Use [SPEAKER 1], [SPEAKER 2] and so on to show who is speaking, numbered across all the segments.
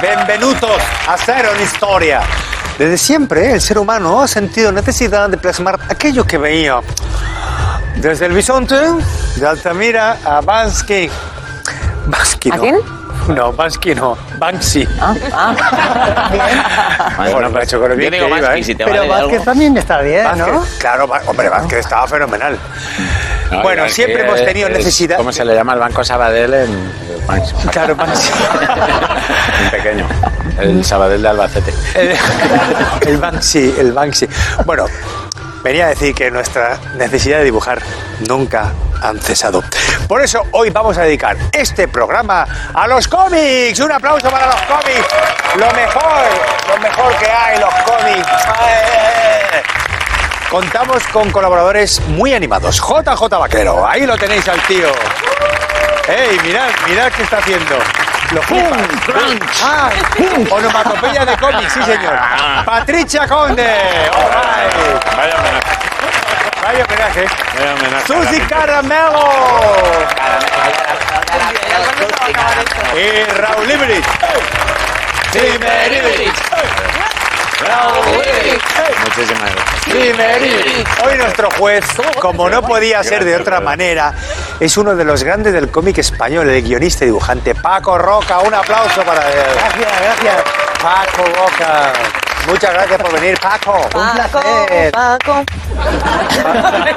[SPEAKER 1] Benvenutos a Cero en Historia. Desde siempre, el ser humano ha sentido necesidad de plasmar aquello que veía. Desde el bisonte, de Altamira a Bansky. Bansky no.
[SPEAKER 2] ¿A quién? Ah,
[SPEAKER 1] No, Bansky no. Banksy. Bueno, me ha hecho con el
[SPEAKER 3] Yo
[SPEAKER 1] bien
[SPEAKER 3] digo
[SPEAKER 1] que iba,
[SPEAKER 3] Bansky,
[SPEAKER 1] ¿eh?
[SPEAKER 3] si te vale
[SPEAKER 4] Pero
[SPEAKER 3] de
[SPEAKER 4] Vázquez
[SPEAKER 3] algo.
[SPEAKER 4] también está bien,
[SPEAKER 1] Vázquez,
[SPEAKER 4] ¿no?
[SPEAKER 1] Claro, Ba- hombre, Vázquez estaba fenomenal. bueno,
[SPEAKER 5] Oiga,
[SPEAKER 1] siempre
[SPEAKER 5] que
[SPEAKER 1] hemos
[SPEAKER 5] es-
[SPEAKER 1] tenido
[SPEAKER 5] es-
[SPEAKER 1] necesidad.
[SPEAKER 5] ¿Cómo se le llama el Banco Sabadell en en Banks-
[SPEAKER 1] Claro, Banksy.
[SPEAKER 5] en pequeño? El Sabadell de Albacete.
[SPEAKER 1] El, el Banksy, el Banksy. Bueno, venía a decir que nuestra necesidad de dibujar nunca han cesado. Por eso hoy vamos a dedicar este programa a los cómics. Un aplauso para los cómics. Lo mejor, lo mejor que hay, los cómics. ¡Eh! Contamos con colaboradores muy animados. JJ Vaquero, ahí lo tenéis al tío. ¡Ey, mirad, mirad qué está haciendo! Lo flipas. ¡Ah! Onomatopeya de cómics, sí señor. Patricia Conde. All right.
[SPEAKER 5] Vaya homenaje.
[SPEAKER 1] Vaya homenaje.
[SPEAKER 5] Vaya homenaje.
[SPEAKER 1] Susi Caramelo. Y Raúl Ibrich. Raúl
[SPEAKER 5] Muchísimas gracias.
[SPEAKER 1] Hoy nuestro juez, como no podía ser de otra manera, es uno de los grandes del cómic español, el guionista y dibujante Paco Roca. Un aplauso para él.
[SPEAKER 4] Gracias, gracias.
[SPEAKER 1] Paco Roca. Muchas gracias por venir, Paco.
[SPEAKER 2] Paco,
[SPEAKER 4] placer.
[SPEAKER 2] Paco.
[SPEAKER 4] Que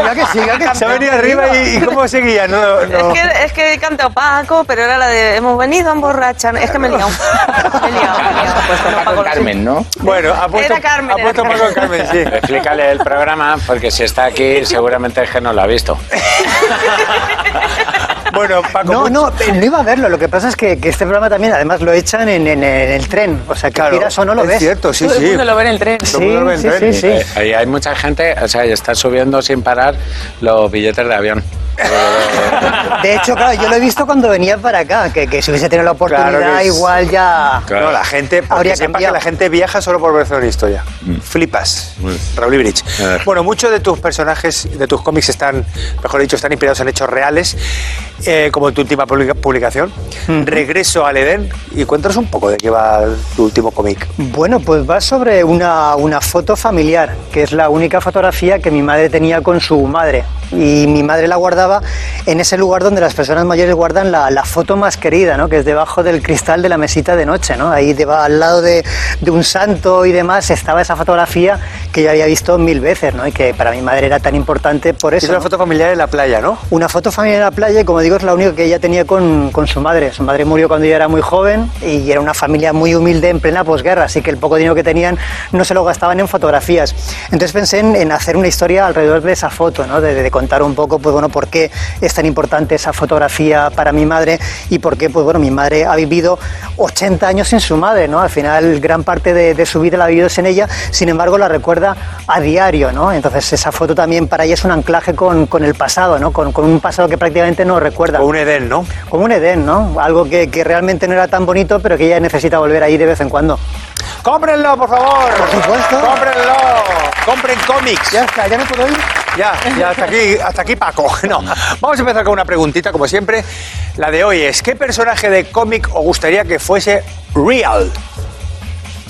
[SPEAKER 4] siga, que siga, que
[SPEAKER 1] Se ha venido arriba y, y ¿cómo seguía? No, no.
[SPEAKER 2] Es que, es que he cantado Paco, pero era la de hemos venido a emborrachar. Es que me he liado. Me he liado, me he liado. No,
[SPEAKER 3] Pues Paco
[SPEAKER 2] Paco, no sé.
[SPEAKER 3] Carmen, ¿no?
[SPEAKER 1] Bueno, ha puesto,
[SPEAKER 2] Era Carmen,
[SPEAKER 1] ha puesto
[SPEAKER 2] era
[SPEAKER 1] Paco Carmen, sí.
[SPEAKER 5] Explícale el programa, porque si está aquí, seguramente es que no lo ha visto.
[SPEAKER 1] Bueno, Paco.
[SPEAKER 4] No,
[SPEAKER 1] mucho-
[SPEAKER 4] no, no iba a verlo. Lo que pasa es que, que este programa también, además, lo echan en, en- en el tren. O sea, que
[SPEAKER 1] Claro,
[SPEAKER 4] tiras o no lo
[SPEAKER 1] es
[SPEAKER 4] ves.
[SPEAKER 1] cierto, sí,
[SPEAKER 6] Todo el
[SPEAKER 1] sí.
[SPEAKER 6] mundo lo ve en el tren.
[SPEAKER 1] Todo el mundo lo ve en
[SPEAKER 4] Sí, sí,
[SPEAKER 1] tren.
[SPEAKER 4] sí, sí.
[SPEAKER 5] Eh, y hay mucha gente, o sea, y está subiendo sin parar los billetes de avión.
[SPEAKER 4] De hecho, claro, yo lo he visto cuando venía para acá, que, que si hubiese tenido la oportunidad,
[SPEAKER 1] Claro que es-
[SPEAKER 4] igual ya...
[SPEAKER 5] Claro.
[SPEAKER 1] No, la gente,
[SPEAKER 4] Habría
[SPEAKER 1] porque sepa que
[SPEAKER 4] cambiado.
[SPEAKER 1] la gente viaja solo por ver una historia. Flipas. Raúl Ibrich.
[SPEAKER 5] Eh.
[SPEAKER 1] Bueno, muchos de tus personajes, de tus cómics están, mejor dicho, están inspirados en hechos reales, eh, como tu última publica- publicación, Regreso al Edén. Y cuéntanos un poco de qué va tu último cómic.
[SPEAKER 4] Bueno, pues va sobre una, una foto familiar, que es la única fotografía que mi madre tenía con su madre. Y mi madre la guardaba en ese lugar donde las personas mayores guardan la, la foto más querida, ¿no? que es debajo del cristal de la mesita de noche. ¿no? Ahí deba- al lado de, de un santo y demás estaba esa fotografía que yo había visto mil veces ¿no? y que para mi madre era tan importante por eso.
[SPEAKER 1] Es una
[SPEAKER 4] ¿no?
[SPEAKER 1] foto familiar en la playa, ¿no?
[SPEAKER 4] Una foto familiar en la playa y como digo es la única que ella tenía con, con su madre. Su madre murió cuando ella era muy joven y era una familia muy humilde en plena posguerra, así que el poco dinero que tenían no se lo gastaban en fotografías. Entonces pensé en, en hacer una historia alrededor de esa foto, ¿no? de, de contar un poco pues, bueno, por qué es tan importante esa fotografía para mi madre y por qué pues, bueno, mi madre ha vivido 80 años sin su madre. ¿no? Al final gran parte de, de su vida la ha vivido sin ella, sin embargo la recuerda a diario. ¿no? Entonces esa foto también para ella es un anclaje con, con el pasado, ¿no? con, con un pasado que prácticamente no recuerda.
[SPEAKER 1] O un Edén, ¿no?
[SPEAKER 4] Como un Edén, ¿no? Algo que, que realmente no era tan bonito, pero que ella necesita volver ahí de vez en cuando.
[SPEAKER 1] ¡Cómprenlo, por favor!
[SPEAKER 4] Por supuesto.
[SPEAKER 1] ¡Cómprenlo! ¡Compren cómics!
[SPEAKER 4] Ya está, ya me puedo ir.
[SPEAKER 1] Ya, ya, hasta aquí, hasta aquí Paco. No, vamos a empezar con una preguntita, como siempre. La de hoy es, ¿qué personaje de cómic os gustaría que fuese real?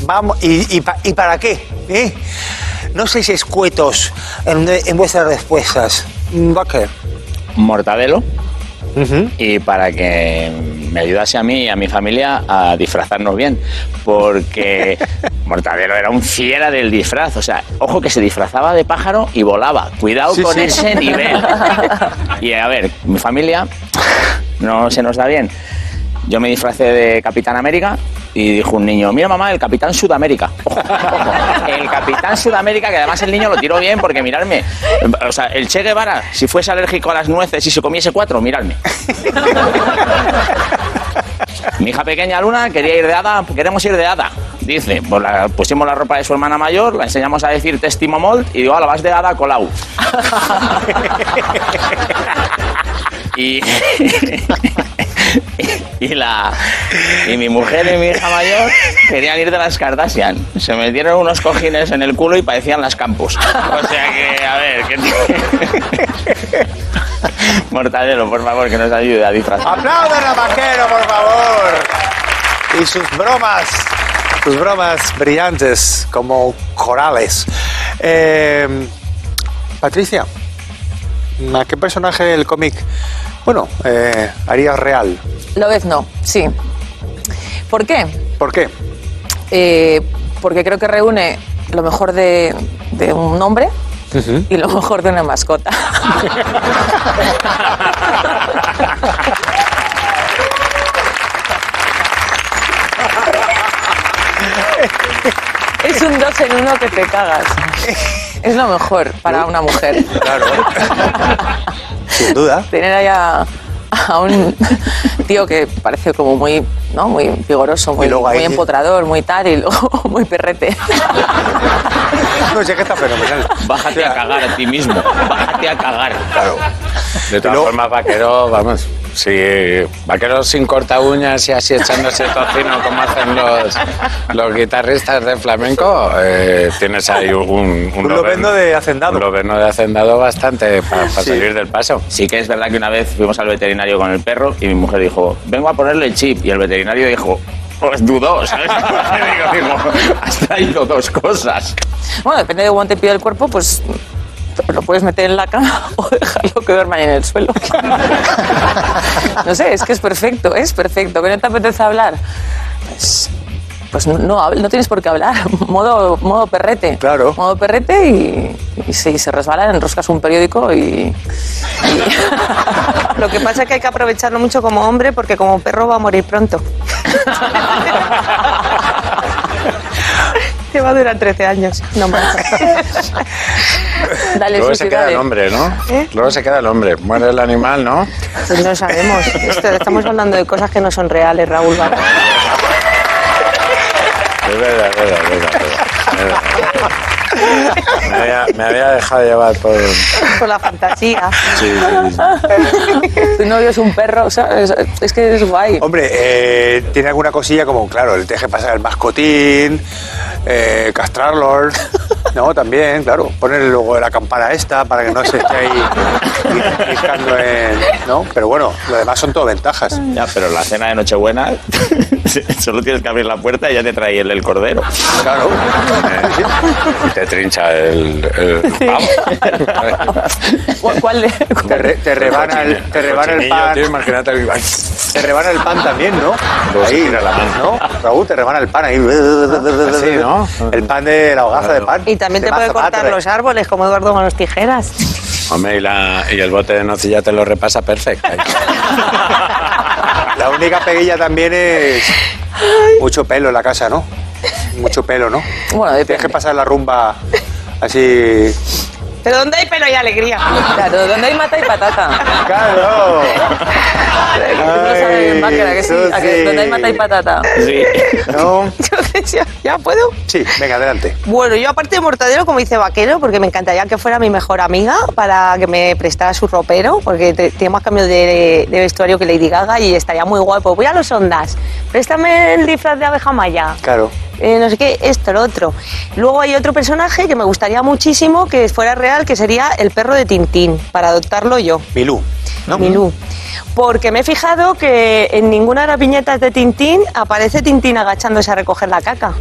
[SPEAKER 1] Vamos, ¿y, y pa- y para qué? ¿Eh? No seis escuetos en, en vuestras respuestas. Mm, ¿Va qué?
[SPEAKER 3] Mortadelo. Y para que me ayudase a mí y a mi familia a disfrazarnos bien. Porque Mortadelo era un fiera del disfraz. O sea, ojo que se disfrazaba de pájaro y volaba. Cuidado
[SPEAKER 1] Sí,
[SPEAKER 3] con
[SPEAKER 1] sí.
[SPEAKER 3] ese nivel. Y a ver, mi familia no se nos da bien. Yo me disfracé de Capitán América y dijo un niño, mira mamá, el Capitán Sudamérica. Ojo, ojo. El Capitán Sudamérica, que además el niño lo tiró bien porque mirarme. O sea, el Che Guevara, si fuese alérgico a las nueces y se comiese cuatro, mirarme. Mi hija pequeña Luna quería ir de hada, queremos ir de hada. Dice, pues la- pusimos la ropa de su hermana mayor, la enseñamos a decir testimomold y digo, la vas de hada a colau. y, y la y mi mujer y mi hija mayor querían ir de las Kardashian. Se metieron unos cojines en el culo y parecían las Campos. O sea que, a ver, ¿qué t- Mortadelo, por favor, que nos ayude a disfrazar.
[SPEAKER 1] ¡Aplaudan a Vaquero, por favor! y sus bromas, sus bromas brillantes como corales. Eh, Patricia, ¿a qué personaje del cómic, bueno, eh, harías real?
[SPEAKER 6] no, sí. ¿Por qué?
[SPEAKER 1] ¿Por qué?
[SPEAKER 6] Eh, porque creo que reúne lo mejor de, de un hombre y lo mejor de una mascota. es un dos en uno que te cagas. Es lo mejor para una mujer.
[SPEAKER 1] Claro. Sin duda.
[SPEAKER 6] tener ahí a, a un tío que parece como muy, ¿no? muy vigoroso, muy,
[SPEAKER 1] Y luego ahí-
[SPEAKER 6] muy empotrador, muy tal y luego muy perrete.
[SPEAKER 1] No sé que está fenomenal.
[SPEAKER 3] Bájate a cagar a ti mismo. Bájate a cagar.
[SPEAKER 5] De todas
[SPEAKER 1] Pero-
[SPEAKER 5] formas, vaquero, vamos. Sí, vaquero sin corta uñas y así echándose tocino como hacen los, los guitarristas de flamenco, eh, tienes ahí un, un,
[SPEAKER 1] Un lobeno de hacendado.
[SPEAKER 5] Un lobeno de hacendado bastante para
[SPEAKER 1] Sí.
[SPEAKER 5] salir del paso.
[SPEAKER 3] Sí que es verdad que una vez fuimos al veterinario con el perro y mi mujer dijo, vengo a ponerle el chip. Y el veterinario dijo, pues dudó, ¿sabes? digo, digo, has traído dos cosas.
[SPEAKER 6] Bueno, depende de cómo te pide el cuerpo, pues lo puedes meter en la cama o dejarlo que duerman en el suelo. No sé, es que es perfecto, es perfecto. ¿Que no te apetece hablar? Pues, pues no, no, hab- no tienes por qué hablar. Modo, modo perrete.
[SPEAKER 1] Claro.
[SPEAKER 6] Modo perrete y, y si se resbalan, enroscas un periódico y...
[SPEAKER 2] Lo que pasa es que hay que aprovecharlo mucho como hombre porque como perro va a morir pronto. Te va a durar 13 años, no más.
[SPEAKER 6] Dale,
[SPEAKER 5] Luego
[SPEAKER 6] sí,
[SPEAKER 5] se
[SPEAKER 6] sí,
[SPEAKER 5] queda
[SPEAKER 6] dale.
[SPEAKER 5] el hombre, ¿no?
[SPEAKER 2] ¿Eh?
[SPEAKER 5] Luego se queda el hombre. Muere el animal, ¿no?
[SPEAKER 2] Pues no sabemos. Esto- Estamos hablando de cosas que no son reales, Raúl. vamos.
[SPEAKER 5] Es verdad, es verdad, es verdad, es verdad. Me había, me había dejado llevar por...
[SPEAKER 2] Con la fantasía.
[SPEAKER 5] Sí, sí, sí.
[SPEAKER 6] Tu novio es un perro, ¿sabes? Es que es guay.
[SPEAKER 1] Hombre, eh, tiene alguna cosilla como, claro, el teje pasar el mascotín, eh, castrarlos, ¿no? También, claro, ponerle luego la campana esta para que no se esté ahí fijando en... ¿no? Pero bueno, lo demás son todo ventajas.
[SPEAKER 3] Ya, pero la cena de Nochebuena, solo tienes que abrir la puerta y ya te trae el, el cordero.
[SPEAKER 1] Claro.
[SPEAKER 5] Eh, Y te trincha el... el- Vamos.
[SPEAKER 6] ¿Cuál, cuál de-
[SPEAKER 1] Te, re- te rebana el, te rebana el
[SPEAKER 5] Cochinillo,
[SPEAKER 1] pan,
[SPEAKER 5] tío, imagínate el- Ay,
[SPEAKER 1] te rebana el pan también, ¿no?
[SPEAKER 5] Pues
[SPEAKER 1] Ahí, ¿no? Raúl, te rebana el pan ahí. Así,
[SPEAKER 5] Ah, ¿no?
[SPEAKER 1] El pan de la hogaza de pan.
[SPEAKER 2] Y también te
[SPEAKER 1] De
[SPEAKER 2] puede
[SPEAKER 1] maza,
[SPEAKER 2] cortar
[SPEAKER 1] matre.
[SPEAKER 2] los árboles, como Eduardo con las tijeras.
[SPEAKER 5] Hombre, y, la- y el bote de nocilla te lo repasa perfecto. ¿eh?
[SPEAKER 1] La única peguilla también es mucho pelo en la casa, ¿no? Mucho pelo, ¿no?
[SPEAKER 6] Bueno,
[SPEAKER 1] Tienes
[SPEAKER 6] depende.
[SPEAKER 1] que pasar la rumba así.
[SPEAKER 2] Pero donde hay pelo y alegría.
[SPEAKER 6] Claro, donde hay mata y patata.
[SPEAKER 1] ¡Claro!
[SPEAKER 6] Tú lo sabes bien, Báquera, que sí,
[SPEAKER 1] tú
[SPEAKER 6] a que
[SPEAKER 1] sí.
[SPEAKER 6] donde hay mata y patata.
[SPEAKER 3] Sí.
[SPEAKER 1] ¿No?
[SPEAKER 2] Yo decía, ¿ya puedo?
[SPEAKER 1] Sí, venga, adelante.
[SPEAKER 2] Bueno, yo aparte de Mortadelo, como dice Vaquero, porque me encantaría que fuera mi mejor amiga para que me prestara su ropero, porque te- tiene más cambio de, de vestuario que Lady Gaga y estaría muy guapo. Voy a los ondas, préstame el disfraz de abeja maya.
[SPEAKER 1] Claro.
[SPEAKER 2] Eh, no sé qué, esto, lo otro. Luego hay otro personaje que me gustaría muchísimo que fuera real, que sería el perro de Tintín, para adoptarlo yo.
[SPEAKER 1] Milú. ¿no?
[SPEAKER 2] Milú. Porque me he fijado que en ninguna de las viñetas de Tintín aparece Tintín agachándose a recoger la caca.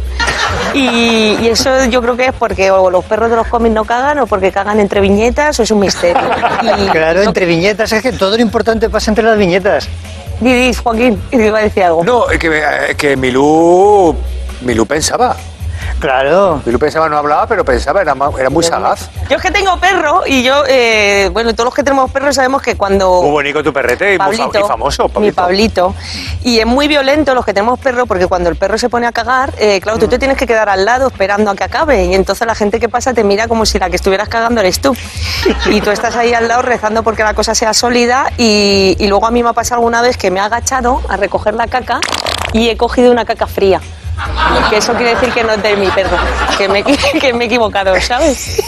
[SPEAKER 2] Y, y eso yo creo que es porque o los perros de los cómics no cagan o porque cagan entre viñetas o es un misterio. Y,
[SPEAKER 4] Claro, entre viñetas, es que todo lo importante pasa entre las viñetas.
[SPEAKER 2] y, y, Joaquín, y iba a decir algo.
[SPEAKER 1] No, eh, que, eh, que Milú. Milú pensaba.
[SPEAKER 4] Claro.
[SPEAKER 1] Milú pensaba, no hablaba, pero pensaba, era, ma- era muy sagaz.
[SPEAKER 2] Yo es que tengo perro y yo, eh, bueno, todos los que tenemos perros sabemos que cuando...
[SPEAKER 1] Muy bonito tu perrete y, muy fa- y famoso,
[SPEAKER 2] Mi Pablito. Y es muy violento los que tenemos perro, porque cuando el perro se pone a cagar, eh, claro,
[SPEAKER 1] Mm.
[SPEAKER 2] tú te tienes que quedar al lado esperando a que acabe. Y entonces la gente que pasa te mira como si la que estuvieras cagando eres tú. Y tú estás ahí al lado rezando porque la cosa sea sólida. Y, y luego a mí me ha pasado alguna vez que me he agachado a recoger la caca y he cogido una caca fría. Que eso quiere decir que no es de mi perro, que me, he- que me he equivocado, ¿sabes?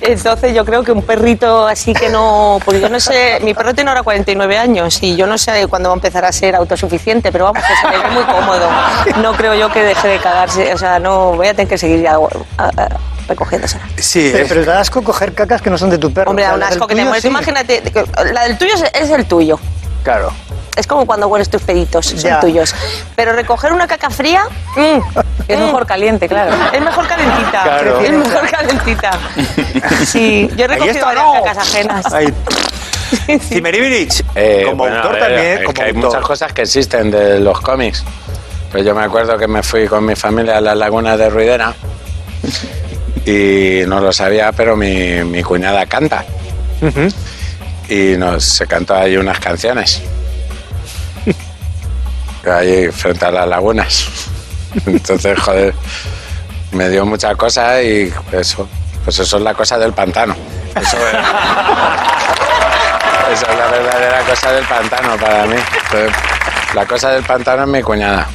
[SPEAKER 2] Entonces yo creo que un perrito así que no... Porque yo no sé, mi perro tiene ahora 49 años y yo no sé cuándo va a empezar a ser autosuficiente, pero vamos, que se le ve muy cómodo. No creo yo que deje de cagarse, o sea, no voy a tener que seguir ya, a- a- recogiéndose.
[SPEAKER 1] Sí,
[SPEAKER 4] Pero,
[SPEAKER 1] es-
[SPEAKER 4] pero da asco coger cacas que no son de tu perro.
[SPEAKER 2] Hombre,
[SPEAKER 4] La
[SPEAKER 2] da un
[SPEAKER 4] del
[SPEAKER 2] asco que te
[SPEAKER 4] tuyo,
[SPEAKER 2] mueres.
[SPEAKER 4] sí.
[SPEAKER 2] Imagínate, la del tuyo es- es el tuyo.
[SPEAKER 1] claro.
[SPEAKER 2] Es como cuando hueles tus peditos, son
[SPEAKER 4] Ya.
[SPEAKER 2] tuyos. Pero recoger una caca fría, mm,
[SPEAKER 6] Es
[SPEAKER 2] mm,
[SPEAKER 6] mejor caliente, claro.
[SPEAKER 2] Es mejor calentita.
[SPEAKER 1] Claro.
[SPEAKER 2] Es mejor calentita. Sí, yo
[SPEAKER 1] Ahí
[SPEAKER 2] he recogido
[SPEAKER 1] está,
[SPEAKER 2] varias
[SPEAKER 1] no.
[SPEAKER 2] cacas ajenas.
[SPEAKER 1] Ahí. Cimeribirich,
[SPEAKER 5] Eh,
[SPEAKER 1] como
[SPEAKER 5] bueno,
[SPEAKER 1] autor
[SPEAKER 5] a ver,
[SPEAKER 1] también,
[SPEAKER 5] es
[SPEAKER 1] como
[SPEAKER 5] que hay
[SPEAKER 1] autor.
[SPEAKER 5] muchas cosas que existen de los cómics. Pues yo me acuerdo que me fui con mi familia a la laguna de Ruidera y no lo sabía, pero mi, mi cuñada canta. Y nos se cantó ahí unas canciones. Ahí frente a las lagunas. Entonces, joder, me dio mucha cosa y eso. Pues eso es la cosa del pantano. Eso es. Esa es la verdadera cosa del pantano para mí. Entonces, La cosa del pantano es mi cuñada.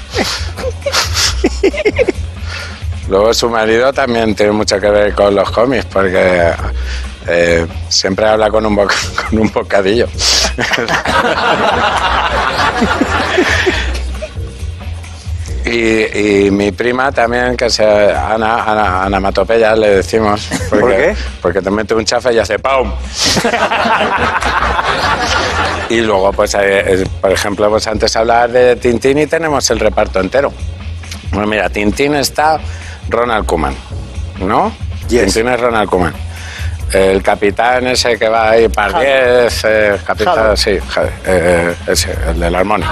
[SPEAKER 5] Luego su marido también tiene mucho que ver con los cómics porque eh, siempre habla con un, boc- con un bocadillo. Y, y mi prima también, que se Ana, Ana, Onomatopeya, le decimos. Porque,
[SPEAKER 1] qué?
[SPEAKER 5] Porque te mete un chafa y hace ¡pum! Y luego, pues, eh, eh, por ejemplo, pues antes hablabas de Tintín y tenemos el reparto entero. Bueno, mira, Tintín está Ronald Kuman, ¿no?
[SPEAKER 1] Yes.
[SPEAKER 5] Tintín es Ronald Kuman. El capitán ese que va ahí para 10, eh, capitán,
[SPEAKER 4] Jade.
[SPEAKER 5] sí, Jade, eh, ese, el de la armónica.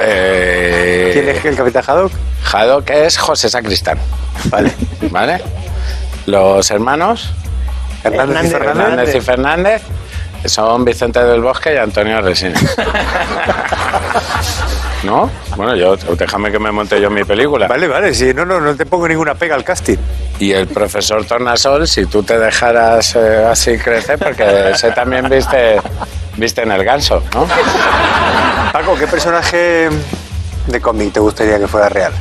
[SPEAKER 5] Eh,
[SPEAKER 1] ¿Quién es el capitán Haddock?
[SPEAKER 5] Haddock es José Sacristán,
[SPEAKER 1] Vale.
[SPEAKER 5] ¿vale? Los hermanos,
[SPEAKER 1] Hernández y
[SPEAKER 4] Hernández.
[SPEAKER 1] Fernández.
[SPEAKER 5] Hernández y Fernández, son Vicente del Bosque y Antonio Resines. ¿No? Bueno, yo déjame que me monte yo mi película.
[SPEAKER 1] Vale, vale, sí, no, no, no te pongo ninguna pega al casting.
[SPEAKER 5] Y el profesor Tornasol, si tú te dejaras eh, así crecer, porque ese también viste, viste en el ganso, ¿no?
[SPEAKER 1] Paco, ¿qué personaje de cómic te gustaría que fuera real?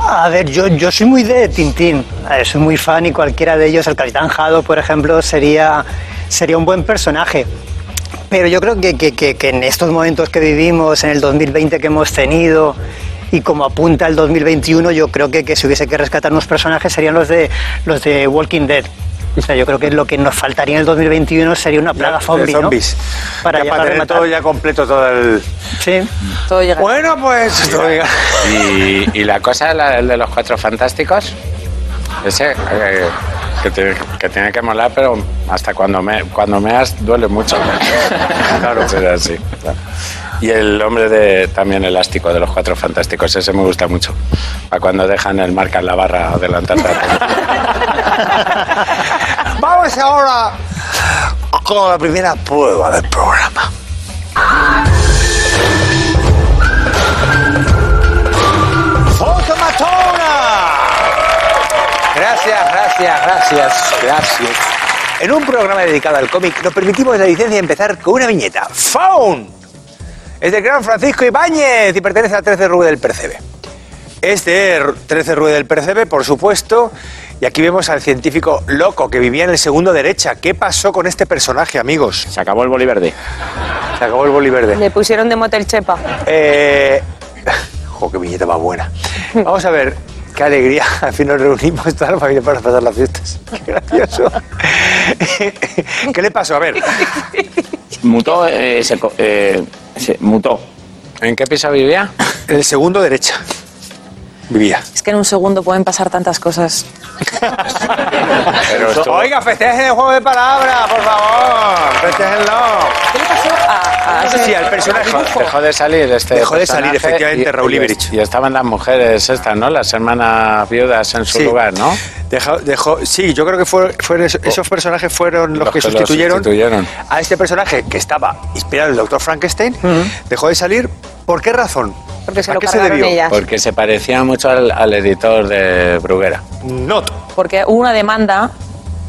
[SPEAKER 4] Ah, A ver, yo, yo soy muy de Tintín, eh, soy muy fan y cualquiera de ellos, el Capitán Jado, por ejemplo, sería, sería un buen personaje. Pero yo creo que, que- que- que en estos momentos que vivimos, en el 2020 que hemos tenido y como apunta el 2021, yo creo que, que si hubiese que rescatar unos personajes serían los de, los de Walking Dead. O sea, yo creo que lo que nos faltaría en el 2021 sería una plaga
[SPEAKER 1] De
[SPEAKER 4] zombie, ¿no?
[SPEAKER 1] zombies.
[SPEAKER 4] Para
[SPEAKER 1] Ya
[SPEAKER 4] llegar a
[SPEAKER 1] para tener
[SPEAKER 4] rematar.
[SPEAKER 1] todo ya completo, todo el...
[SPEAKER 4] Sí.
[SPEAKER 6] Todo llega.
[SPEAKER 1] Bueno, pues... todo llega.
[SPEAKER 5] Y, y la cosa la- el de los cuatro fantásticos, ese eh, que, tiene, que tiene que molar, pero hasta cuando me cuando meas duele mucho. Claro, pero así. Y el hombre de también elástico de los cuatro fantásticos, ese me gusta mucho. A cuando dejan el marca en la barra adelantada.
[SPEAKER 1] Vamos ahora con la primera prueba del programa. ¡Fotomatona! Gracias, gracias, gracias, gracias. En un programa dedicado al cómic nos permitimos la licencia de empezar con una viñeta. ¡Found! Es del gran Francisco Ibáñez y pertenece a 13 Rubén del Percebe. Este es 13 Rue del Percebe, por supuesto. Y aquí vemos al científico loco que vivía en el segundo derecha. ¿Qué pasó con este personaje, amigos?
[SPEAKER 3] Se acabó el boliverde.
[SPEAKER 1] Se acabó el boliverde.
[SPEAKER 2] Me pusieron de motel chepa.
[SPEAKER 1] Eh... Jo, qué viñeta más buena. Vamos a ver. Qué alegría. Al fin nos reunimos toda la familia para pasar las fiestas. Qué gracioso. ¿Qué le pasó? A ver.
[SPEAKER 3] Mutó, eh, se, co- eh, se mutó.
[SPEAKER 5] ¿En qué piso vivía?
[SPEAKER 1] En el segundo derecha vivía.
[SPEAKER 6] Es que en un segundo pueden pasar tantas cosas.
[SPEAKER 5] Pero estuvo-
[SPEAKER 1] Oiga, festejen el juego de palabras, por favor. Festejenlo.
[SPEAKER 6] ¿Qué le pasó a, a
[SPEAKER 1] Sí,
[SPEAKER 6] ese-
[SPEAKER 1] sí, al personaje.
[SPEAKER 6] al dibujo?
[SPEAKER 5] Dejó de salir este.
[SPEAKER 1] Ah, Dejó de salir,
[SPEAKER 5] personaje
[SPEAKER 1] efectivamente,
[SPEAKER 5] y-
[SPEAKER 1] Raúl
[SPEAKER 5] y-
[SPEAKER 1] Iberich.
[SPEAKER 5] Y, estaban las mujeres estas, ¿no? Las hermanas viudas en su
[SPEAKER 1] Sí.
[SPEAKER 5] lugar, ¿no?
[SPEAKER 1] Dejó, dejó- sí, yo creo que fue, fueron eso- esos personajes fueron los,
[SPEAKER 5] Los
[SPEAKER 1] que,
[SPEAKER 5] que lo
[SPEAKER 1] sustituyeron,
[SPEAKER 5] sustituyeron.
[SPEAKER 1] a este personaje que estaba inspirado en el Dr. Frankenstein. Dejó de salir. ¿Por qué razón?
[SPEAKER 2] Porque se
[SPEAKER 1] ¿A
[SPEAKER 2] lo
[SPEAKER 1] qué se
[SPEAKER 2] cargaron
[SPEAKER 1] debió?
[SPEAKER 2] ellas.
[SPEAKER 5] Porque se parecía mucho al, al editor de Bruguera.
[SPEAKER 1] Not.
[SPEAKER 6] Porque hubo una demanda,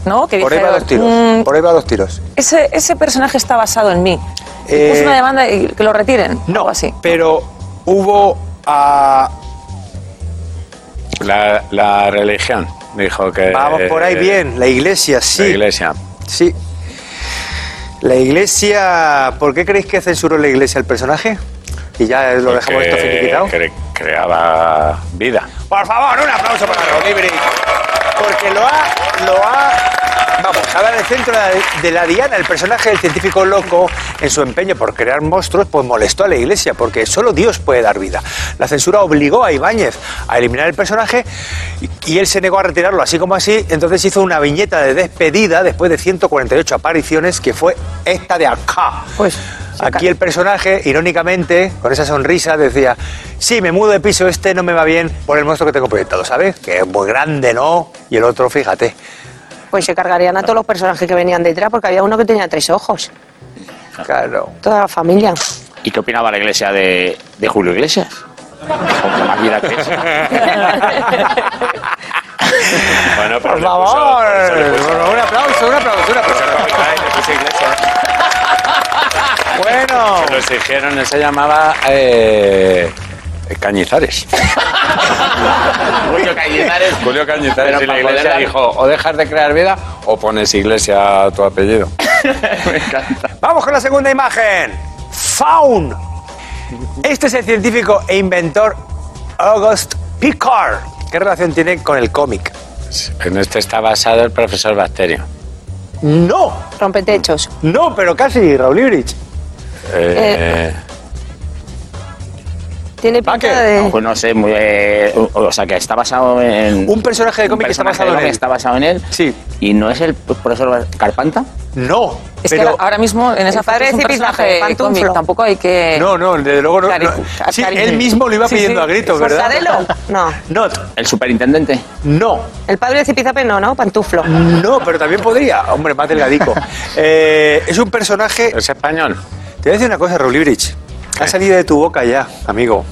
[SPEAKER 6] ¿no? Que
[SPEAKER 1] Por ahí va
[SPEAKER 6] dijeron,
[SPEAKER 1] dos tiros.
[SPEAKER 6] "Mm,
[SPEAKER 1] Por ahí va dos tiros.
[SPEAKER 6] ese, ese personaje está basado en mí. Y
[SPEAKER 1] Eh,
[SPEAKER 6] puso una demanda y que lo retiren.
[SPEAKER 1] No,
[SPEAKER 6] algo así.
[SPEAKER 1] pero hubo a.
[SPEAKER 5] La, la religión dijo que.
[SPEAKER 1] Vamos por ahí bien. Eh, La iglesia, sí.
[SPEAKER 5] La iglesia.
[SPEAKER 1] Sí. La iglesia. ¿Por qué creéis que censuró la iglesia al personaje? Y ya lo dejamos esto finiquitado.
[SPEAKER 5] cre- creaba vida.
[SPEAKER 1] Por favor, un aplauso para Raúl Ibrich, Porque lo ha, lo ha Vamos, ahora en el centro de la- de la Diana, el personaje del científico loco, en su empeño por crear monstruos, pues molestó a la iglesia, porque solo Dios puede dar vida. La censura obligó a Ibáñez a eliminar el personaje y- y él se negó a retirarlo, así como así. Entonces hizo una viñeta de despedida después de 148 apariciones, que fue esta de acá.
[SPEAKER 6] Pues, sí,
[SPEAKER 1] Aquí
[SPEAKER 6] acá.
[SPEAKER 1] el personaje, irónicamente, con esa sonrisa, decía: Sí, me mudo de piso, este no me va bien por el monstruo que tengo proyectado, ¿sabes? Que es muy grande, ¿no? Y el otro, fíjate.
[SPEAKER 2] Pues se cargarían a todos los personajes que venían detrás porque había uno que tenía tres ojos.
[SPEAKER 1] Claro.
[SPEAKER 2] Toda la familia.
[SPEAKER 3] ¿Y qué opinaba la iglesia de, de Julio Iglesias? Con la más vida que es.
[SPEAKER 5] Bueno, pues
[SPEAKER 1] Por
[SPEAKER 5] le puso-
[SPEAKER 1] favor,
[SPEAKER 5] por eso le puso-
[SPEAKER 1] un aplauso, un aplauso, un aplauso.
[SPEAKER 5] Ay, le puso iglesia.
[SPEAKER 1] Bueno,
[SPEAKER 5] Lo exigieron, él se llamaba eh, Cañizares.
[SPEAKER 3] Julio Cañizares.
[SPEAKER 5] Julio Cañizares
[SPEAKER 3] Pero
[SPEAKER 5] y la
[SPEAKER 3] para poder
[SPEAKER 5] iglesia
[SPEAKER 3] dar-
[SPEAKER 5] dijo, o dejas de crear vida o pones iglesia a tu apellido.
[SPEAKER 3] Me encanta.
[SPEAKER 1] vamos con la segunda imagen. Faun. Este es el científico e inventor August Picard. ¿Qué relación tiene con el cómic?
[SPEAKER 5] En este está basado el profesor Bacterio.
[SPEAKER 1] No,
[SPEAKER 2] Rompetechos.
[SPEAKER 1] no, pero casi, Raúl Ibrich.
[SPEAKER 5] Eh,
[SPEAKER 2] Tiene pinta
[SPEAKER 1] Vaque.
[SPEAKER 2] de.
[SPEAKER 3] Pues no sé, muy, eh, o, o sea, que está basado en...
[SPEAKER 1] Un personaje de
[SPEAKER 3] un
[SPEAKER 1] cómic que está
[SPEAKER 3] personaje
[SPEAKER 1] basado
[SPEAKER 3] de
[SPEAKER 1] en
[SPEAKER 3] cómic
[SPEAKER 1] él.
[SPEAKER 3] está basado en él.
[SPEAKER 1] Sí.
[SPEAKER 3] ¿Y no es el profesor Carpanta?
[SPEAKER 1] No,
[SPEAKER 6] Es que
[SPEAKER 1] pero...
[SPEAKER 6] ahora- ahora mismo en esa
[SPEAKER 2] El padre
[SPEAKER 6] fase es un
[SPEAKER 2] de Cipizaje,
[SPEAKER 6] personaje
[SPEAKER 2] Pantuflo.
[SPEAKER 6] cómic, tampoco hay que...
[SPEAKER 1] No, no, desde luego no.
[SPEAKER 6] Eh, Cari-
[SPEAKER 1] no. Sí,
[SPEAKER 6] cari-
[SPEAKER 1] él mismo lo iba
[SPEAKER 6] Sí,
[SPEAKER 1] pidiendo
[SPEAKER 6] sí.
[SPEAKER 1] a gritos, ¿verdad?
[SPEAKER 2] ¿Mortadelo? No.
[SPEAKER 1] Not,
[SPEAKER 3] ¿El superintendente?
[SPEAKER 1] no,
[SPEAKER 2] El padre de Cipizape no, ¿no? Pantuflo.
[SPEAKER 1] no, pero también podría. Hombre, más delgadico. Eh, es un personaje
[SPEAKER 5] ¿Es español?
[SPEAKER 1] Te voy a decir una cosa, Raúl Ibrich. Ha salido de tu boca ya, amigo.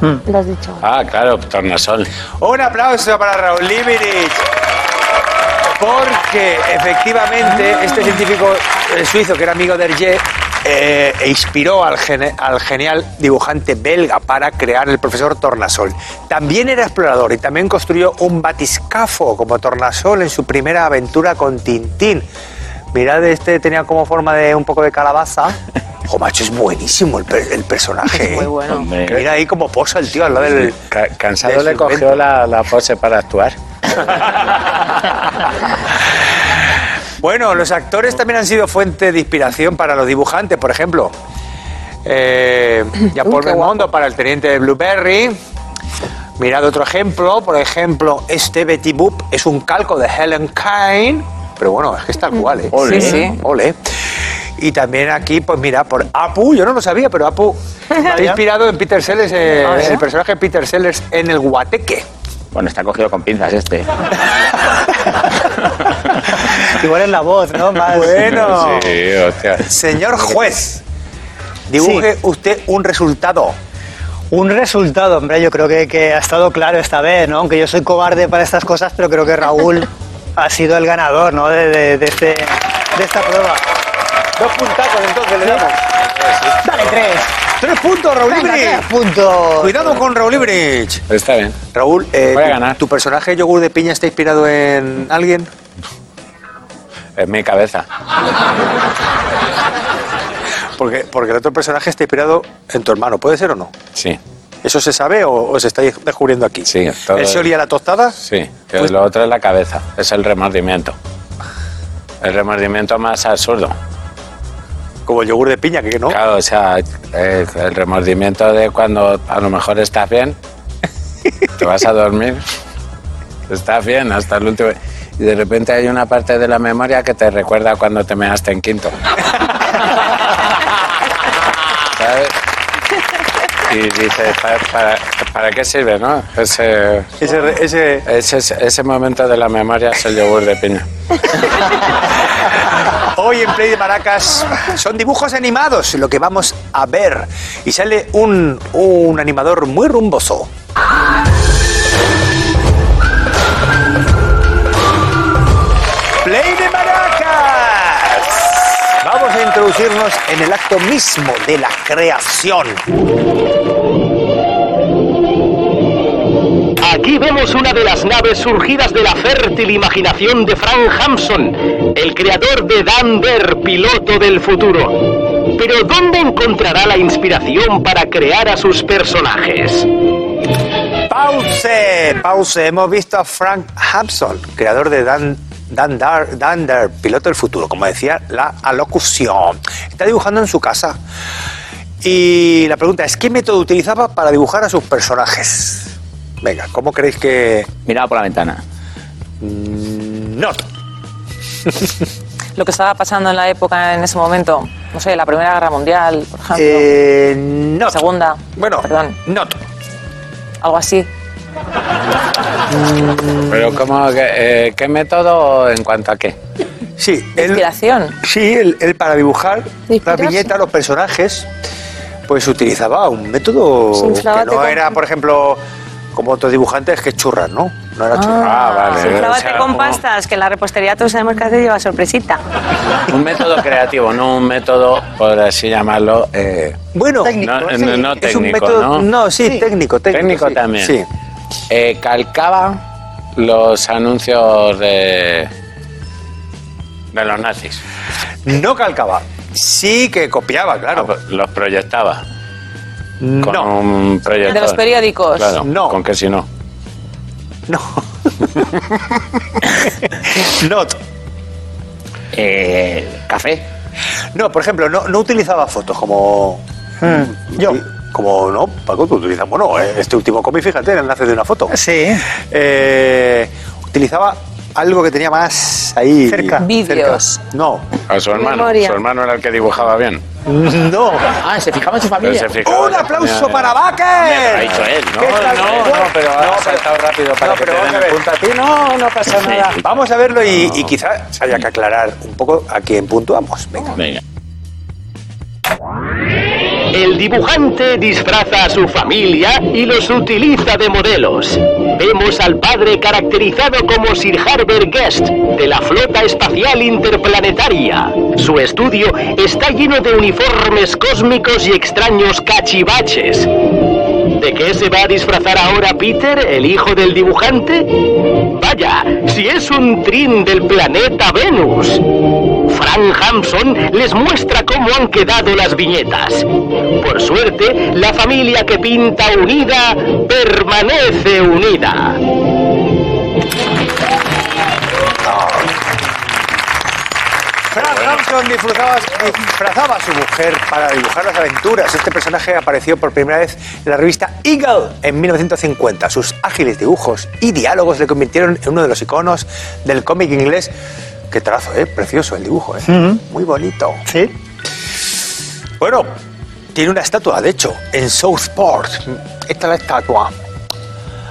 [SPEAKER 2] Lo has dicho.
[SPEAKER 5] Ah, claro, Tornasol.
[SPEAKER 1] Un aplauso para Raúl Ibrich. Porque efectivamente este científico eh, suizo que era amigo de Hergé eh, inspiró al, gene- al genial dibujante belga para crear el profesor Tornasol. También era explorador y también construyó un batiscafo como Tornasol en su primera aventura con Tintín. Mirad, este tenía como forma de un poco de calabaza. Jo, macho, es buenísimo el, per- el personaje.
[SPEAKER 6] Muy
[SPEAKER 1] ¿eh?
[SPEAKER 6] bueno.
[SPEAKER 3] Hombre.
[SPEAKER 1] Que Mira ahí como posa el tío al lado del...
[SPEAKER 5] Ca-
[SPEAKER 1] de
[SPEAKER 5] cansado
[SPEAKER 1] su
[SPEAKER 5] le cogió
[SPEAKER 1] invento.
[SPEAKER 5] la, la pose para actuar.
[SPEAKER 1] Bueno, los actores también han sido fuente de inspiración para los dibujantes, por ejemplo. Eh, ya Paul Belmondo para el teniente de Blueberry. Mirad otro ejemplo, por ejemplo, este Betty Boop es un calco de Helen Kane, pero bueno, es que es tal cual, ¿eh?
[SPEAKER 6] Ole. Sí, sí.
[SPEAKER 1] Ole. Y también aquí, pues mira, por Apu, yo no lo sabía, pero Apu está inspirado en Peter Sellers, eh,
[SPEAKER 6] Ah,
[SPEAKER 1] el personaje de Peter Sellers en el Guateque.
[SPEAKER 3] Bueno, está cogido con pinzas este.
[SPEAKER 4] Igual es la voz, ¿no? Más-
[SPEAKER 1] Bueno.
[SPEAKER 5] Sí, hostia.
[SPEAKER 1] Señor juez, dibuje usted un resultado.
[SPEAKER 4] Un resultado, hombre, yo creo que, que ha estado claro esta vez, ¿no? Aunque yo soy cobarde para estas cosas, pero creo que Raúl ha sido el ganador, ¿no? De, de- de este, de esta prueba.
[SPEAKER 1] Dos puntazos entonces le damos.
[SPEAKER 4] Dale, tres.
[SPEAKER 1] Tres puntos, Raúl
[SPEAKER 4] Venga, tres
[SPEAKER 1] Ibrich.
[SPEAKER 4] puntos.
[SPEAKER 1] Cuidado con Raúl Ibrich.
[SPEAKER 5] Está bien.
[SPEAKER 1] Raúl, eh,
[SPEAKER 5] Voy a
[SPEAKER 1] tu-
[SPEAKER 5] ganar.
[SPEAKER 1] ¿tu personaje yogur de piña está inspirado en alguien?
[SPEAKER 5] Es mi cabeza.
[SPEAKER 1] Porque, porque el otro personaje está inspirado en tu hermano, ¿puede ser o no?
[SPEAKER 5] Sí,
[SPEAKER 1] ¿Eso se sabe o, o se está descubriendo aquí?
[SPEAKER 5] Sí, todo-
[SPEAKER 1] ¿El se olía la tostada?
[SPEAKER 5] sí. Que lo otro es la cabeza. Es el remordimiento. El remordimiento más absurdo.
[SPEAKER 1] Como el yogur de piña, que no.
[SPEAKER 5] Claro, o sea, eh, el remordimiento de cuando a lo mejor estás bien, te vas a dormir, estás bien hasta el último. Y de repente hay una parte de la memoria que te recuerda cuando te measte en quinto. ¿Sabes? Y dices, ¿para, para, para qué sirve, no? Ese,
[SPEAKER 1] Ese, re- ese-
[SPEAKER 5] ese, ese momento de la memoria es el yogur de piña.
[SPEAKER 1] Hoy en Play de Maracas son dibujos animados lo que vamos a ver. Y sale un, un animador muy rumboso. Play de Maracas. Vamos a introducirnos en el acto mismo de la creación.
[SPEAKER 7] Aquí vemos una de las naves surgidas de la fértil imaginación de Frank Hampson, el creador de Dander, piloto del futuro. Pero ¿dónde encontrará la inspiración para crear a sus personajes?
[SPEAKER 1] Pause, pause. Hemos visto a Frank Hampson, creador de Dan, Dandar, Dandar, piloto del futuro, como decía la alocución. Está dibujando en su casa. Y la pregunta es, ¿qué método utilizaba para dibujar a sus personajes? Venga, ¿cómo creéis que...?
[SPEAKER 3] Miraba por la ventana.
[SPEAKER 1] No.
[SPEAKER 6] Lo que estaba pasando en la época, en ese momento, no sé, la Primera Guerra Mundial, por ejemplo,
[SPEAKER 1] Eh, no.
[SPEAKER 6] la Segunda,
[SPEAKER 1] Bueno,
[SPEAKER 6] perdón,
[SPEAKER 1] no.
[SPEAKER 6] algo así.
[SPEAKER 5] Pero ¿cómo, que, eh, ¿qué método en cuanto a qué?
[SPEAKER 1] Sí, él,
[SPEAKER 6] Inspiración.
[SPEAKER 1] sí, él, él para dibujar la
[SPEAKER 2] Inspirarse.
[SPEAKER 1] viñeta, los personajes, pues utilizaba un método
[SPEAKER 2] Se
[SPEAKER 1] que
[SPEAKER 2] inflaba, te
[SPEAKER 1] no era,
[SPEAKER 2] con-
[SPEAKER 1] por ejemplo, como otros dibujantes, que churras, ¿no? No era churras.
[SPEAKER 5] Ah, vale.
[SPEAKER 2] Inflábate
[SPEAKER 5] o sea,
[SPEAKER 2] con
[SPEAKER 5] como
[SPEAKER 2] pastas, que en la repostería todos sabemos que hace lleva sorpresita.
[SPEAKER 5] Un método creativo, no un método, por así llamarlo, eh,
[SPEAKER 1] Bueno,
[SPEAKER 4] Técnico,
[SPEAKER 5] no,
[SPEAKER 4] sí.
[SPEAKER 5] no- no
[SPEAKER 1] es un
[SPEAKER 5] técnico,
[SPEAKER 1] método...
[SPEAKER 5] ¿no?
[SPEAKER 1] sí, técnico, técnico.
[SPEAKER 5] Técnico
[SPEAKER 1] sí,
[SPEAKER 5] también.
[SPEAKER 1] Sí.
[SPEAKER 5] Eh, calcaba los anuncios de, de los nazis.
[SPEAKER 1] No calcaba. Sí que copiaba, claro.
[SPEAKER 5] Ah, Los proyectaba pues, con
[SPEAKER 1] no.
[SPEAKER 5] un proyector.
[SPEAKER 6] De los periódicos.
[SPEAKER 5] Claro,
[SPEAKER 1] No.
[SPEAKER 5] con que si no.
[SPEAKER 1] No. Not.
[SPEAKER 3] Eh, café.
[SPEAKER 1] No, por ejemplo, no, no utilizaba fotos como.
[SPEAKER 4] yo.
[SPEAKER 1] Como no, Paco, tú utilizas. Bueno, eh, este último cómic, fíjate, el enlace de una foto.
[SPEAKER 4] Sí.
[SPEAKER 1] Eh, utilizaba algo que tenía más ahí.
[SPEAKER 4] Cerca.
[SPEAKER 6] Vídeos.
[SPEAKER 1] No.
[SPEAKER 5] A su hermano.
[SPEAKER 2] Memoria.
[SPEAKER 5] Su hermano era el que dibujaba bien.
[SPEAKER 1] No.
[SPEAKER 3] Ah, se fijaba en su
[SPEAKER 5] Pero
[SPEAKER 3] familia.
[SPEAKER 5] se fijaba
[SPEAKER 1] ¡Un
[SPEAKER 5] ya
[SPEAKER 1] aplauso
[SPEAKER 5] ponía-
[SPEAKER 1] para
[SPEAKER 5] Lo ha
[SPEAKER 1] Baker!
[SPEAKER 5] dicho él, ¿no?
[SPEAKER 1] ¿Qué tal?
[SPEAKER 5] No, no, pero ahora ha saltado rápido para
[SPEAKER 1] no,
[SPEAKER 5] que
[SPEAKER 1] pero
[SPEAKER 5] te
[SPEAKER 1] vamos
[SPEAKER 5] den
[SPEAKER 1] a
[SPEAKER 5] el
[SPEAKER 1] ver.
[SPEAKER 5] punto a ti. No, no pasa nada.
[SPEAKER 1] Vamos a verlo y, y quizás haya que aclarar un poco a quién puntuamos. Venga.
[SPEAKER 3] Venga.
[SPEAKER 7] El dibujante disfraza a su familia y los utiliza de modelos. Vemos al padre caracterizado como Sir Harbert Guest de la Flota Espacial Interplanetaria. Su estudio está lleno de uniformes cósmicos y extraños cachivaches. ¿De qué se va a disfrazar ahora Peter, el hijo del dibujante? Vaya, si es un trin del planeta Venus. Frank Hampson les muestra cómo han quedado las viñetas. Por suerte, la familia que pinta unida permanece unida.
[SPEAKER 1] Frank Hampton disfrutaba- disfrazaba a su mujer para dibujar las aventuras. Este personaje apareció por primera vez en la revista Eagle en 1950. Sus ágiles dibujos y diálogos le convirtieron en uno de los iconos del cómic inglés. Qué trazo, ¿eh? Precioso el dibujo, ¿eh? Muy bonito.
[SPEAKER 4] Sí.
[SPEAKER 1] Bueno, tiene una estatua, de hecho, en Southport. Esta es la estatua.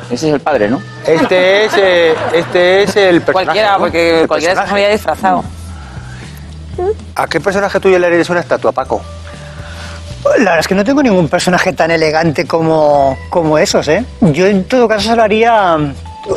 [SPEAKER 3] Ese es el padre, ¿no?
[SPEAKER 1] Este es, eh, este es el personaje.
[SPEAKER 6] Cualquiera,
[SPEAKER 1] ¿no?
[SPEAKER 6] porque
[SPEAKER 1] El
[SPEAKER 6] cualquiera se
[SPEAKER 1] personaje.
[SPEAKER 6] había disfrazado.
[SPEAKER 1] ¿A qué personaje tuyo le harías una estatua, Paco?
[SPEAKER 4] Pues La verdad es que no tengo ningún personaje tan elegante como, como esos, ¿eh? Yo en todo caso se lo haría...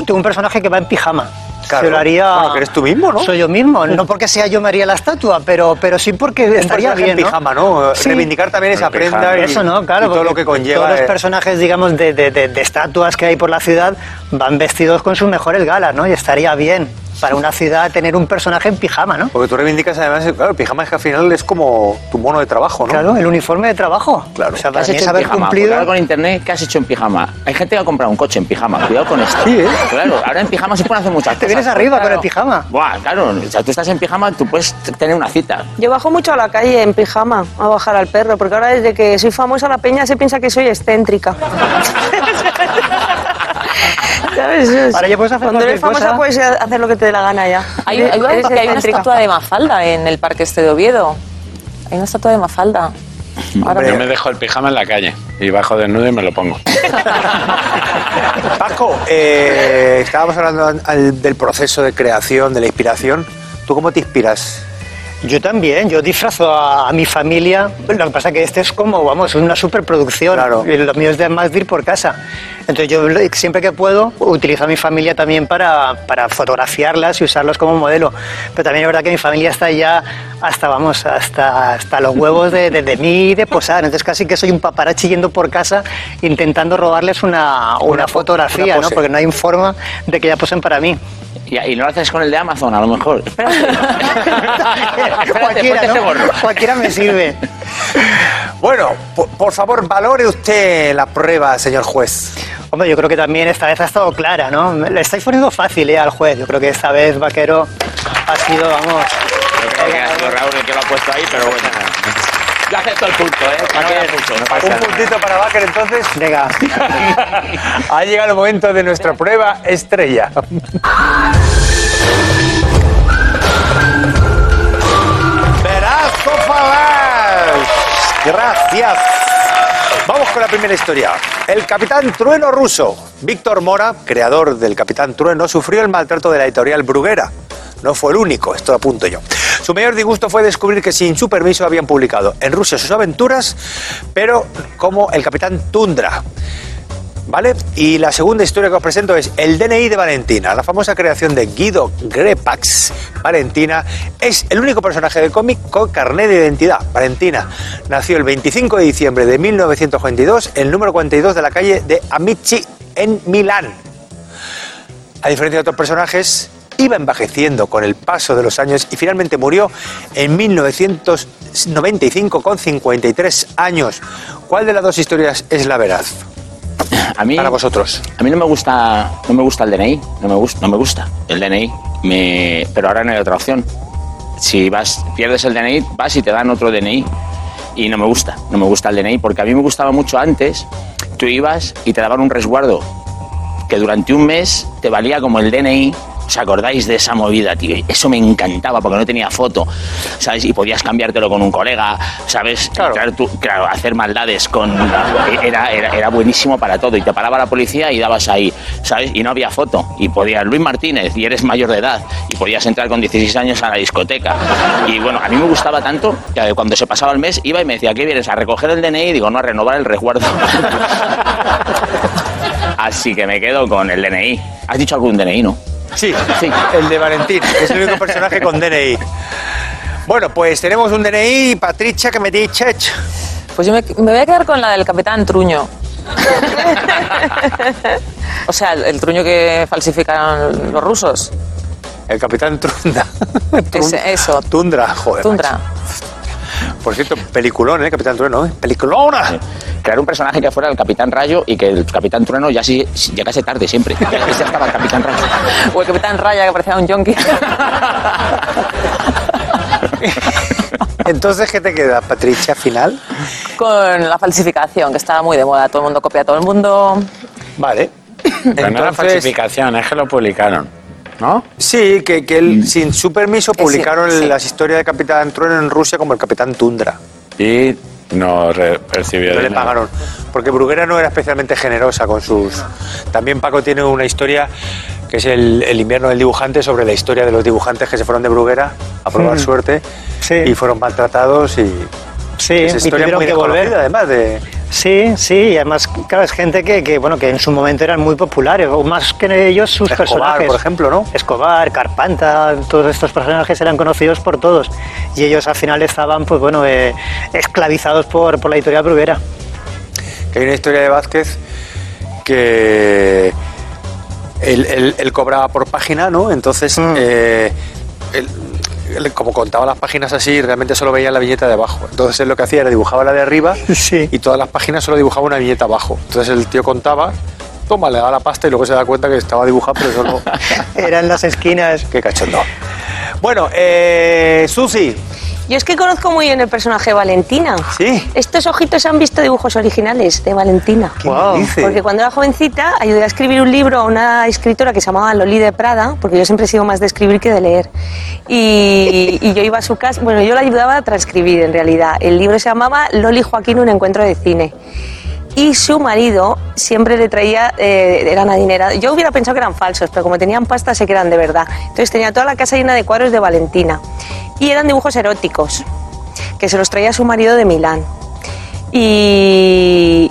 [SPEAKER 4] Tengo un personaje que va en pijama.
[SPEAKER 1] Claro.
[SPEAKER 4] Se lo haría...
[SPEAKER 1] Bueno, que eres tú mismo, ¿no?
[SPEAKER 4] Soy yo mismo. No porque sea yo me haría la estatua, pero, pero sí porque estaría
[SPEAKER 1] personaje
[SPEAKER 4] bien,
[SPEAKER 1] en pijama, ¿no?
[SPEAKER 4] Sí.
[SPEAKER 1] Reivindicar también
[SPEAKER 5] En
[SPEAKER 1] esa
[SPEAKER 5] pijama.
[SPEAKER 1] prenda y,
[SPEAKER 4] Eso no, claro.
[SPEAKER 1] y todo
[SPEAKER 4] porque
[SPEAKER 1] lo que conlleva.
[SPEAKER 4] Todos los
[SPEAKER 1] eh,
[SPEAKER 4] personajes, digamos, de, de- de- de estatuas que hay por la ciudad van vestidos con sus mejores galas, ¿no? Y estaría bien para una ciudad tener un personaje en pijama, ¿no?
[SPEAKER 1] Porque tú reivindicas además, eh, claro, el pijama es que al final es como tu mono de trabajo, ¿no?
[SPEAKER 4] Claro, el uniforme de trabajo.
[SPEAKER 1] Claro.
[SPEAKER 4] O sea,
[SPEAKER 3] ¿Qué
[SPEAKER 4] para
[SPEAKER 3] has
[SPEAKER 4] mí es
[SPEAKER 3] hecho en
[SPEAKER 4] haber
[SPEAKER 3] pijama? Porque
[SPEAKER 4] cumplido...
[SPEAKER 3] ahora con internet, ¿qué has hecho en pijama? Hay gente que ha comprado un coche en pijama. Cuidado con esto.
[SPEAKER 1] Sí, ¿eh?
[SPEAKER 3] Claro, ahora en pijama se pueden hacer
[SPEAKER 4] Te
[SPEAKER 3] muchas cosas. pues,
[SPEAKER 4] vienes arriba con
[SPEAKER 3] Claro.
[SPEAKER 4] el pijama.
[SPEAKER 3] Buah, claro. O sea, tú estás en pijama, tú puedes t- tener una cita.
[SPEAKER 2] Yo bajo mucho a la calle en pijama a bajar al perro, porque ahora desde que soy famosa la peña se piensa que soy excéntrica. ¿Sabes? Es-
[SPEAKER 4] Ahora ya puedes hacer
[SPEAKER 2] Cuando eres
[SPEAKER 4] cualquier cosa.
[SPEAKER 2] famosa puedes hacer lo que te dé la gana ya.
[SPEAKER 6] Hay,
[SPEAKER 1] Eh,
[SPEAKER 6] hay-
[SPEAKER 2] Eres
[SPEAKER 6] porque hay una
[SPEAKER 2] excéntrica.
[SPEAKER 6] estatua de Mafalda en el parque este de Oviedo. Hay una estatua de Mafalda. Ahora
[SPEAKER 5] Yo
[SPEAKER 6] me-
[SPEAKER 5] me dejo el pijama en la calle y bajo desnudo y me lo pongo.
[SPEAKER 1] Paco, eh, estábamos hablando an- al- del proceso de creación, de la inspiración. ¿Tú cómo te inspiras?
[SPEAKER 4] Yo también, yo disfrazo a, a mi familia. Lo que pasa es que este es como, vamos, una superproducción.
[SPEAKER 1] Claro.
[SPEAKER 4] Y Lo mío es de más de ir por casa. Entonces yo lo- siempre que puedo utilizo a mi familia también para, para fotografiarlas y usarlas como modelo. Pero también es verdad que mi familia está ya hasta, vamos, hasta, hasta los huevos de, de- de mí y de posar. Entonces casi que soy un paparazzi yendo por casa intentando robarles una, una,
[SPEAKER 1] Una po-
[SPEAKER 4] fotografía,
[SPEAKER 1] una
[SPEAKER 4] ¿no?
[SPEAKER 1] pose.
[SPEAKER 4] Porque no hay forma de que ya posen para mí.
[SPEAKER 3] Y, y no lo haces con el de Amazon, a lo mejor. Espérate. Espérate,
[SPEAKER 4] cualquiera,
[SPEAKER 3] ponte
[SPEAKER 4] ¿no?
[SPEAKER 3] este gorro.
[SPEAKER 4] Cualquiera me sirve.
[SPEAKER 1] Bueno, por, por favor, valore usted la prueba, señor juez.
[SPEAKER 4] Hombre, yo creo que también esta vez ha estado clara, ¿no? Le estáis poniendo fácil ¿eh? al juez. Yo creo que esta vez Vaquero ha sido, vamos.
[SPEAKER 3] Yo creo que ha sido Raúl el que lo ha puesto ahí, pero bueno. Yo acepto el punto, ¿eh? No me da mucho, no pasa
[SPEAKER 1] Un
[SPEAKER 3] nada.
[SPEAKER 1] puntito para Baker, entonces.
[SPEAKER 4] Venga.
[SPEAKER 1] Ha llegado el momento de nuestra prueba estrella. Verás, Copalás. Gracias. Vamos con la primera historia. El capitán Trueno ruso, Víctor Mora, creador del capitán Trueno, sufrió el maltrato de la editorial Bruguera. No fue el único, esto apunto yo. Su mayor disgusto fue descubrir que sin su permiso habían publicado en Rusia sus aventuras, pero como el capitán Tundra. ¿Vale? Y la segunda historia que os presento es el DNI de Valentina. La famosa creación de Guido Grepax, Valentina, es el único personaje del cómic con carnet de identidad. Valentina nació el 25 de diciembre de 1922, el número 42 de la calle de Amici en Milán. A diferencia de otros personajes, iba envejeciendo con el paso de los años y finalmente murió en 1995 con 53 años. ¿Cuál de las dos historias es la veraz?
[SPEAKER 3] A mí,
[SPEAKER 1] Para vosotros.
[SPEAKER 3] A mí no me gusta, no me gusta el DNI, no me gusta, no me gusta el DNI. Me- pero ahora no hay otra opción. Si vas, pierdes el DNI, vas y te dan otro DNI. Y no me gusta, no me gusta el DNI, porque a mí me gustaba mucho antes. Tú ibas y te daban un resguardo que durante un mes te valía como el DNI. ¿Os acordáis de esa movida, tío? Eso me encantaba porque no tenía foto, ¿sabes? Y podías cambiártelo con un colega, ¿sabes?
[SPEAKER 1] Claro.
[SPEAKER 3] Entrar tú- claro, hacer maldades con... Era, era, era buenísimo para todo. Y te paraba la policía y dabas ahí, ¿sabes? Y no había foto. Y podías... Luis Martínez, y eres mayor de edad. Y podías entrar con 16 años a la discoteca. Y bueno, a mí me gustaba tanto que cuando se pasaba el mes iba y me decía, ¿qué vienes? ¿A recoger el DNI? Y digo, no, a renovar el resguardo. Así que me quedo con el DNI. Has dicho algún DNI, ¿no?
[SPEAKER 1] Sí,
[SPEAKER 3] Sí.
[SPEAKER 1] el de Valentín, que es el único personaje con DNI. Bueno, pues tenemos un DNI, Patricia, que me dice, "Ech".
[SPEAKER 6] Pues yo me, me voy a quedar con la del capitán Truño. o sea, el, el truño que falsificaron los rusos.
[SPEAKER 1] el capitán Trunda. Trun-
[SPEAKER 6] Ese- eso.
[SPEAKER 1] Tundra, joder.
[SPEAKER 6] Tundra.
[SPEAKER 1] macho. Por cierto, peliculón, ¿eh? Capitán Trueno, ¿eh? ¡Peliculona!
[SPEAKER 3] Crear un personaje que fuera el Capitán Rayo y que el Capitán Trueno ya sí, sí llegase tarde siempre. Ese estaba el Capitán Rayo.
[SPEAKER 6] O el capitán Raya que parecía un yonki.
[SPEAKER 1] Entonces, ¿qué te queda, Patricia, final?
[SPEAKER 6] con la falsificación, que estaba muy de moda. Todo el mundo copia a todo el mundo.
[SPEAKER 1] Vale.
[SPEAKER 5] Pero no era
[SPEAKER 1] Entonces,
[SPEAKER 5] falsificación, es que lo publicaron, ¿no?
[SPEAKER 1] sí, que, que él, sin su permiso, publicaron
[SPEAKER 6] sí.
[SPEAKER 1] las historias de Capitán Trueno en Rusia como el Capitán Tundra.
[SPEAKER 5] Y no re- recibió
[SPEAKER 1] No le
[SPEAKER 5] dinero.
[SPEAKER 1] pagaron. Porque Bruguera no era especialmente generosa con sus. También Paco tiene una historia que es el, el invierno del dibujante sobre la historia de los dibujantes que se fueron de Bruguera a probar
[SPEAKER 4] Mm.
[SPEAKER 1] suerte
[SPEAKER 4] Sí.
[SPEAKER 1] y fueron maltratados y.
[SPEAKER 4] Sí,
[SPEAKER 1] esa historia
[SPEAKER 4] y
[SPEAKER 1] es
[SPEAKER 4] tuvieron
[SPEAKER 1] muy
[SPEAKER 4] que
[SPEAKER 1] desconocida, ¿eh?
[SPEAKER 4] volver.
[SPEAKER 1] además de.
[SPEAKER 4] Sí, sí, y además, claro, es gente que, que, bueno, que en su momento eran muy populares, o más que ellos sus
[SPEAKER 1] Escobar,
[SPEAKER 4] personajes.
[SPEAKER 1] por ejemplo, ¿no?
[SPEAKER 4] Escobar, Carpanta, todos estos personajes eran conocidos por todos. Y ellos al final estaban, pues bueno, eh, esclavizados por, por la editorial Bruguera.
[SPEAKER 1] que hay una historia de Vázquez que él, él- él cobraba por página, ¿no? Entonces,
[SPEAKER 4] Mm.
[SPEAKER 1] eh, él- él como contaba las páginas así, realmente solo veía la viñeta de abajo. Entonces él lo que hacía era dibujaba la de arriba
[SPEAKER 4] Sí.
[SPEAKER 1] y todas las páginas solo dibujaba una viñeta abajo. Entonces el tío contaba, toma, le daba la pasta y luego se da cuenta que estaba dibujado, pero solo...
[SPEAKER 4] Eran las esquinas.
[SPEAKER 1] ¡Qué cachondo! Bueno, eh, Susi,
[SPEAKER 2] Yo es que conozco muy bien el personaje de Valentina.
[SPEAKER 1] Sí.
[SPEAKER 2] Estos ojitos han visto dibujos originales de Valentina.
[SPEAKER 1] ¿Qué Guau. dice?
[SPEAKER 2] Porque cuando era jovencita ayudé a escribir un libro a una escritora que se llamaba Loli de Prada, porque yo siempre he sido más de escribir que de leer. Y, y yo iba a su casa, bueno, yo la ayudaba a transcribir en realidad. El libro se llamaba Loli Joaquín, un encuentro de cine. Y su marido siempre le traía, eh, eran adinerados. Yo hubiera pensado que eran falsos, pero como tenían pasta, sé que eran de verdad. Entonces tenía toda la casa llena de cuadros de Valentina. Y eran dibujos eróticos, que se los traía su marido de Milán. Y,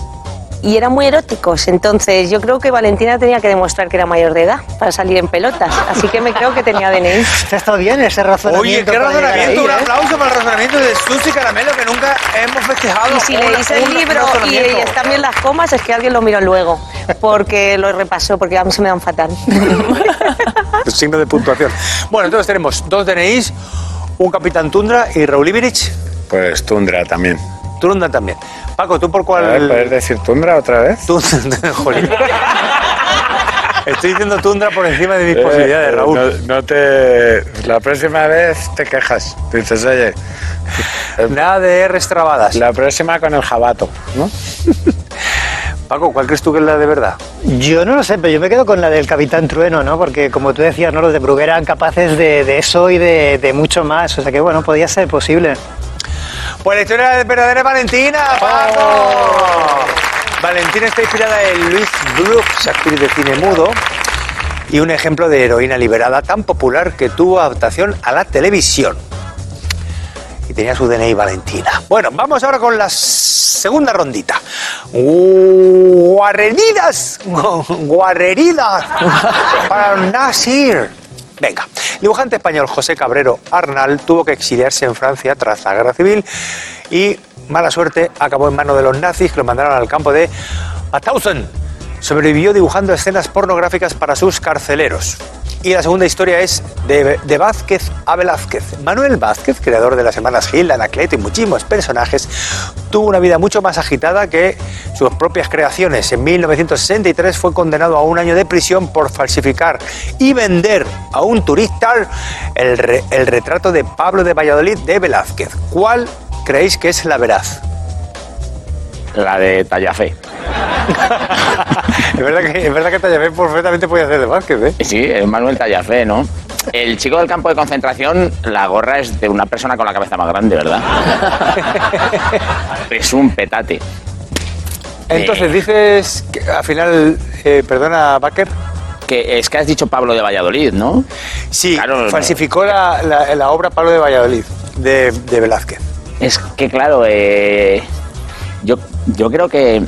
[SPEAKER 2] y eran muy eróticos. Entonces yo creo que Valentina tenía que demostrar que era mayor de edad para salir en pelotas. Así que me creo que tenía DNI.
[SPEAKER 4] Está estado bien ese
[SPEAKER 1] oye,
[SPEAKER 4] razonamiento.
[SPEAKER 1] qué
[SPEAKER 4] para llegar
[SPEAKER 1] razonamiento,
[SPEAKER 4] ahí,
[SPEAKER 1] un
[SPEAKER 4] ¿eh?
[SPEAKER 1] aplauso para el razonamiento de Susi Caramelo que nunca hemos festejado.
[SPEAKER 2] Y si
[SPEAKER 1] Un-
[SPEAKER 2] leéis el
[SPEAKER 1] un
[SPEAKER 2] libro y,
[SPEAKER 1] razonamiento.
[SPEAKER 2] y están bien las comas, es que alguien lo miró luego, porque lo repasó, porque a mí se me dan fatal.
[SPEAKER 1] con signo de puntuación. Bueno, entonces tenemos dos DNIs, un Capitán Tundra y Raúl Iberich.
[SPEAKER 5] Pues Tundra también.
[SPEAKER 1] Tundra también. Paco, ¿tú por
[SPEAKER 5] A ver, ¿Puedes
[SPEAKER 1] cuál?
[SPEAKER 5] decir Tundra otra vez?
[SPEAKER 1] Tundra, jolín. Estoy diciendo Tundra por encima de mis posibilidades,
[SPEAKER 5] Eh,
[SPEAKER 1] Raúl.
[SPEAKER 5] No, no te. La próxima vez te quejas. Dices, oye,
[SPEAKER 1] Nada de R's trabadas.
[SPEAKER 5] eh, la próxima con el jabato, ¿no?
[SPEAKER 1] Paco, ¿cuál crees tú que es la de verdad?
[SPEAKER 4] Yo no lo sé, pero yo me quedo con la del Capitán Trueno, ¿no? Porque como tú decías, ¿no? Los de Bruguera eran capaces de, de eso y de, de mucho más. O sea que, bueno, podía ser posible.
[SPEAKER 1] Pues la historia de verdadera es Valentina, Paco. Valentina está inspirada en Luis Brooks, actriz de cine mudo, y un ejemplo de heroína liberada tan popular que tuvo adaptación a la televisión. Y tenía su DNI Valentina. Bueno, vamos ahora con la segunda rondita. Guarreridas. Guarreridas. Para Nasir. Venga, el dibujante español José Cabrero Arnal tuvo que exiliarse en Francia tras la guerra civil y, mala suerte, acabó en manos de los nazis que lo mandaron al campo de Mauthausen. Sobrevivió dibujando escenas pornográficas para sus carceleros. Y la segunda historia es de, de Vázquez a Velázquez. Manuel Vázquez, creador de las semanas Gil, Anacleto y muchísimos personajes, tuvo una vida mucho más agitada que sus propias creaciones. En 1963 fue condenado a un año de prisión por falsificar y vender a un turista el, re- el retrato de Pablo de Valladolid de Velázquez. ¿Cuál creéis que es la veraz?
[SPEAKER 3] La de Tallafe.
[SPEAKER 1] es, verdad que, es verdad que Tallavé perfectamente podía hacer de Vázquez, ¿eh?
[SPEAKER 3] Sí, es Manuel Tallafe, ¿no? El chico del campo de concentración, la gorra es de una persona con la cabeza más grande, ¿verdad? es un petate. Eh,
[SPEAKER 1] Entonces dices, que, al final, eh, perdona, Baker.
[SPEAKER 3] Que es que has dicho Pablo de Valladolid, ¿no?
[SPEAKER 1] Sí,
[SPEAKER 3] Claro, no.
[SPEAKER 1] falsificó la, la- la obra Pablo de Valladolid, de, de Velázquez.
[SPEAKER 3] Es que claro, eh, yo, yo creo que,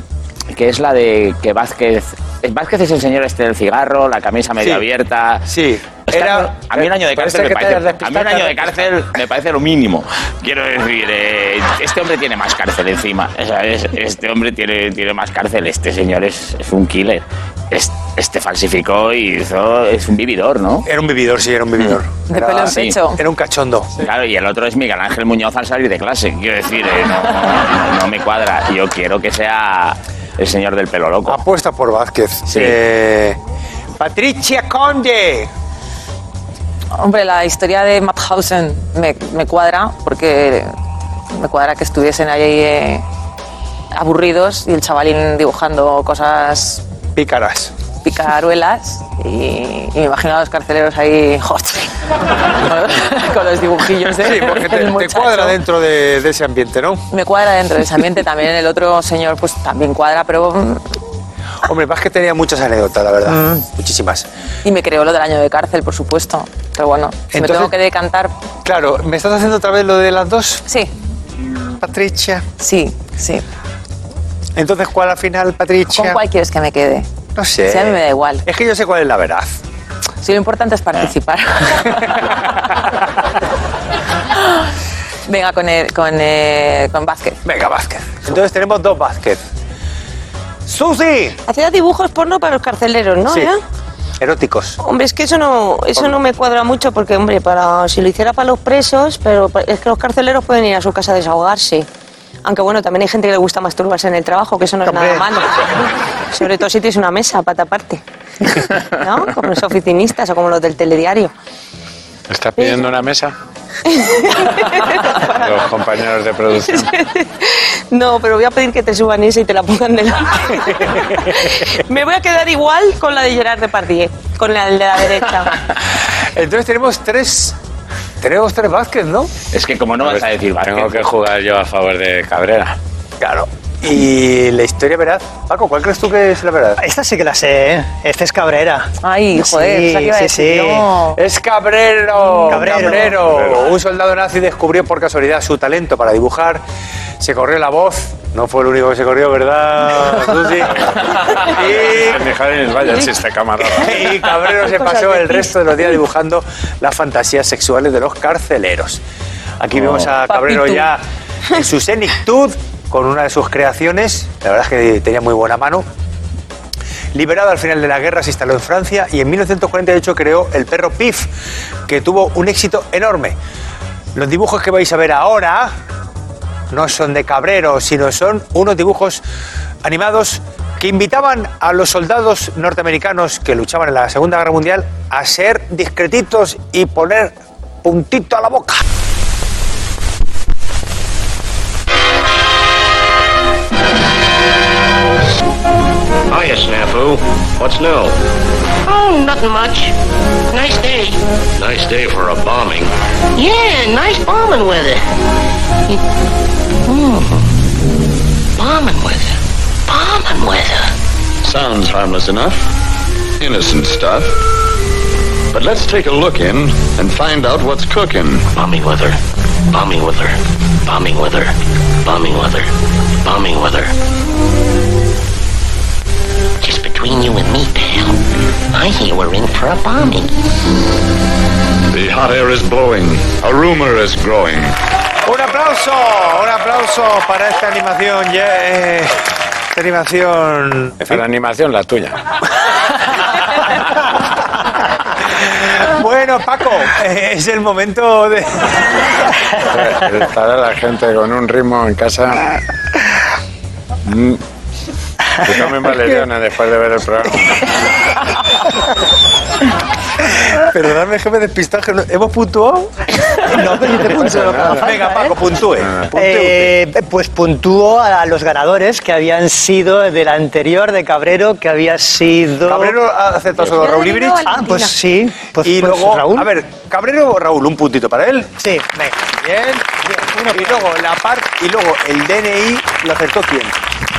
[SPEAKER 3] que es la de que Vázquez. eh, Vázquez es el señor este del cigarro, la camisa medio
[SPEAKER 1] Sí.
[SPEAKER 3] abierta.
[SPEAKER 1] Sí.
[SPEAKER 3] Es que
[SPEAKER 1] Era-
[SPEAKER 3] a mí- a mí un año de
[SPEAKER 5] parece
[SPEAKER 3] cárcel me
[SPEAKER 5] que te hayas
[SPEAKER 3] parece, a mí
[SPEAKER 5] despistado,
[SPEAKER 3] un año
[SPEAKER 5] te
[SPEAKER 3] de
[SPEAKER 5] has
[SPEAKER 3] cárcel me parece lo mínimo. Quiero decir, eh, este hombre tiene más cárcel encima. ¿sabes? Este hombre tiene, tiene más cárcel. Este señor es, es un killer. Es- Este falsificó y hizo. Es un vividor, ¿no?
[SPEAKER 1] Era un vividor, sí, era un vividor.
[SPEAKER 6] De
[SPEAKER 1] Era,
[SPEAKER 6] pelo en
[SPEAKER 3] sí.
[SPEAKER 6] pecho.
[SPEAKER 1] era un cachondo.
[SPEAKER 3] Claro, y el otro es Miguel Ángel Muñoz al salir de clase. Quiero decir, eh, no, no- no me cuadra. Yo quiero que sea el señor del pelo loco.
[SPEAKER 5] Ah,
[SPEAKER 1] Apuesta por Vázquez.
[SPEAKER 3] Sí.
[SPEAKER 1] Eh, Patricia Conde.
[SPEAKER 6] Hombre, la historia de Mauthausen me, me cuadra porque me cuadra que estuviesen ahí eh, aburridos y el chavalín dibujando cosas
[SPEAKER 1] Pícaras.
[SPEAKER 6] picaruelas y, y me imagino a los carceleros ahí hostia, con los dibujillos de
[SPEAKER 1] Sí, porque te,
[SPEAKER 6] del
[SPEAKER 1] te
[SPEAKER 6] muchacho.
[SPEAKER 1] cuadra dentro de, de ese ambiente, ¿no?
[SPEAKER 6] Me cuadra dentro de ese ambiente también el otro señor pues también cuadra, pero mm,
[SPEAKER 1] Hombre, Vázquez tenía muchas anécdotas, la verdad. Muchísimas.
[SPEAKER 6] y me creo lo del año de cárcel, por supuesto. Pero bueno, si me
[SPEAKER 1] Entonces-
[SPEAKER 6] tengo que decantar,
[SPEAKER 1] Claro, ¿me estás haciendo otra vez lo de las dos,
[SPEAKER 6] sí,
[SPEAKER 1] Patricia?
[SPEAKER 6] sí, sí.
[SPEAKER 1] Entonces, ¿cuál al final,
[SPEAKER 6] ¿Con
[SPEAKER 1] Patricia?
[SPEAKER 6] cuál quieres que me quede?
[SPEAKER 1] No sé.
[SPEAKER 6] Sí, a mí me da igual.
[SPEAKER 1] Es que yo sé cuál es la veraz.
[SPEAKER 6] Si lo importante es participar. Venga, con, el- con, eh, con Vázquez.
[SPEAKER 1] Venga, Vázquez. Entonces tenemos dos Vázquez. ¡Susi!
[SPEAKER 2] Hacía dibujos porno para los carceleros, ¿no?
[SPEAKER 1] Sí.
[SPEAKER 2] ¿Ya?
[SPEAKER 1] Eróticos.
[SPEAKER 2] Hombre, es que eso no, eso no me cuadra mucho porque, hombre, para, si lo hiciera para los presos, pero pa- es que los carceleros pueden ir a su casa a desahogarse. Aunque bueno, también hay gente que le gusta masturbarse en el trabajo, que eso no es nada
[SPEAKER 1] Hombre.
[SPEAKER 2] malo. Sobre todo si tienes una mesa para taparte. ¿No? Como los oficinistas o como los del telediario.
[SPEAKER 5] ¿Estás pidiendo una mesa? Los compañeros de producción.
[SPEAKER 2] No, pero voy a pedir que te suban esa y te la pongan delante. me voy a quedar igual con la de Gerard Depardieu, con la de la derecha.
[SPEAKER 1] Entonces tenemos tres. Tenemos tres Vázquez, ¿no?
[SPEAKER 3] Es que como no vas a decir Vázquez.
[SPEAKER 5] pues, Tengo que jugar yo a favor de Cabrera.
[SPEAKER 1] Claro. Y la historia veraz. Paco, ¿cuál crees tú que es la verdad?
[SPEAKER 4] Esta sí que la sé, ¿eh? Este es Cabrera.
[SPEAKER 6] Ay, joder,
[SPEAKER 4] Sí,
[SPEAKER 6] pensaba que iba a
[SPEAKER 4] sí,
[SPEAKER 6] decir
[SPEAKER 4] sí.
[SPEAKER 6] yo.
[SPEAKER 1] Es Cabrero,
[SPEAKER 4] Cabrero.
[SPEAKER 1] Cabrero. Un soldado nazi descubrió por casualidad su talento para dibujar. Se corrió la voz. No fue el único que se corrió, ¿verdad, Susi? Y
[SPEAKER 5] Ni Javi, vaya chiste, camarada.
[SPEAKER 1] Y Cabrero se pasó el resto de los días dibujando las fantasías sexuales de los carceleros. Aquí vemos a Cabrero
[SPEAKER 6] Papito.
[SPEAKER 1] ya en su senectud con una de sus creaciones. La verdad es que tenía muy buena mano. Liberado al final de la guerra, se instaló en Francia y en 1948 creó el perro Pif, que tuvo un éxito enorme. Los dibujos que vais a ver ahora no son de Cabrero, sino son unos dibujos animados que invitaban a los soldados norteamericanos que luchaban en la Segunda Guerra Mundial a ser discretitos y poner puntito a la boca.
[SPEAKER 7] Hiya, Oh, Snafu. What's new?
[SPEAKER 8] Oh, nothing much. Nice day.
[SPEAKER 7] Nice day for a bombing.
[SPEAKER 8] Yeah, nice bombing weather. Mm. Bombing weather. Bombing weather.
[SPEAKER 7] Sounds harmless enough. Innocent stuff. But let's take a look in and find out what's cooking.
[SPEAKER 8] Bombing weather. Bombing weather. Bombing weather. Bombing weather. Bombing weather. Just between you and me, pal. I hear we're in for a bombing.
[SPEAKER 7] The hot air is blowing. A rumor is growing.
[SPEAKER 1] Un aplauso, un aplauso para esta animación. ya, eh, esta animación. en fin.
[SPEAKER 5] Para animación, la tuya.
[SPEAKER 1] Bueno, Paco, eh, es el momento de.
[SPEAKER 5] Estará la gente con un ritmo en casa. Mm. Que tomen valeriana después de ver el programa.
[SPEAKER 1] Perdonadme, jefe de pistaje. ¿Hemos puntuado?
[SPEAKER 4] No, pero yo te puntúo lo que haga
[SPEAKER 1] Venga,
[SPEAKER 4] falta, ¿eh?
[SPEAKER 1] Paco, puntúe. puntúe
[SPEAKER 4] Eh, pues puntúo a los ganadores que habían sido del anterior de Cabrero, que había sido.
[SPEAKER 1] usted. Cabrero ha aceptado solo a Raúl Ibrich.
[SPEAKER 4] Ah, pues sí. Pues,
[SPEAKER 1] y
[SPEAKER 4] pues
[SPEAKER 1] luego,
[SPEAKER 4] Raúl.
[SPEAKER 1] a ver, Cabrero o Raúl, un puntito para él.
[SPEAKER 4] Sí, venga.
[SPEAKER 1] Bien. y luego la par y luego el DNI lo acertó quién.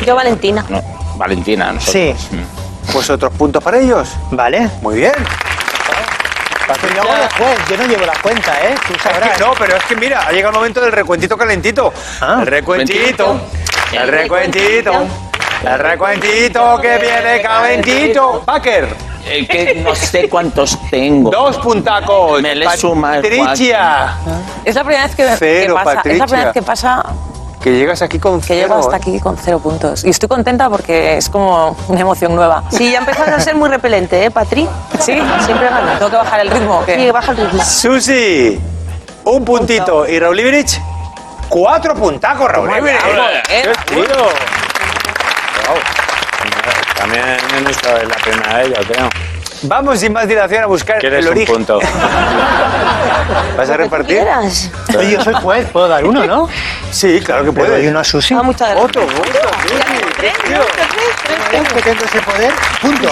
[SPEAKER 2] Yo, Valentina.
[SPEAKER 3] No, Mm. Valentina,
[SPEAKER 4] Sí,
[SPEAKER 3] nosotros.
[SPEAKER 1] Pues otros puntos para ellos.
[SPEAKER 4] vale.
[SPEAKER 1] Muy bien.
[SPEAKER 4] Pues yo hago de juez, yo no llevo la cuenta, ¿eh? Tú sabrás.
[SPEAKER 1] Es que no, pero es que mira, ha llegado el momento del recuentito calentito.
[SPEAKER 4] Ah.
[SPEAKER 1] el recuentito. El
[SPEAKER 3] El
[SPEAKER 1] recuentito. El recuentito que viene calentito. Packer,
[SPEAKER 3] Eh, que no sé cuántos tengo.
[SPEAKER 1] dos puntacos.
[SPEAKER 3] Me le suma el
[SPEAKER 1] Patricia,
[SPEAKER 6] Es la primera vez que, que
[SPEAKER 1] Cero,
[SPEAKER 6] pasa. Es
[SPEAKER 1] Patricia.
[SPEAKER 6] la primera vez que pasa
[SPEAKER 1] que llegas aquí con
[SPEAKER 6] que llego
[SPEAKER 1] cero,
[SPEAKER 6] hasta
[SPEAKER 1] ¿eh?
[SPEAKER 6] aquí con cero puntos. Y estoy contenta porque es como una emoción nueva.
[SPEAKER 2] Sí, ya empezas a ser muy repelente, ¿eh, Patri?
[SPEAKER 6] Sí, siempre gano. Tengo que bajar el ritmo. ¿o qué?
[SPEAKER 2] Sí, baja el ritmo.
[SPEAKER 1] Susi, un puntito. ¿Y Raúl Ibrich? Cuatro puntacos, Raúl Ibrich.
[SPEAKER 6] Eh,
[SPEAKER 1] ¡Qué tío!
[SPEAKER 5] También esto es la primera de ellos, creo.
[SPEAKER 1] Vamos sin más dilación a buscar
[SPEAKER 5] ¿Quieres
[SPEAKER 1] el
[SPEAKER 5] un
[SPEAKER 1] origen.
[SPEAKER 5] punto?
[SPEAKER 1] ¿Vas a repartir?
[SPEAKER 2] Quieras.
[SPEAKER 4] Oye, yo soy juez, puedo dar uno, ¿no?
[SPEAKER 1] Sí, claro que
[SPEAKER 4] ¿Puedo
[SPEAKER 1] puedes.
[SPEAKER 4] dar uno a Susi?
[SPEAKER 2] Ah, muchas gracias.
[SPEAKER 1] Otro, otro.
[SPEAKER 2] Tres,
[SPEAKER 1] tío.
[SPEAKER 2] ¿no? Tres, tres, tres.
[SPEAKER 4] que tengo ese poder, punto.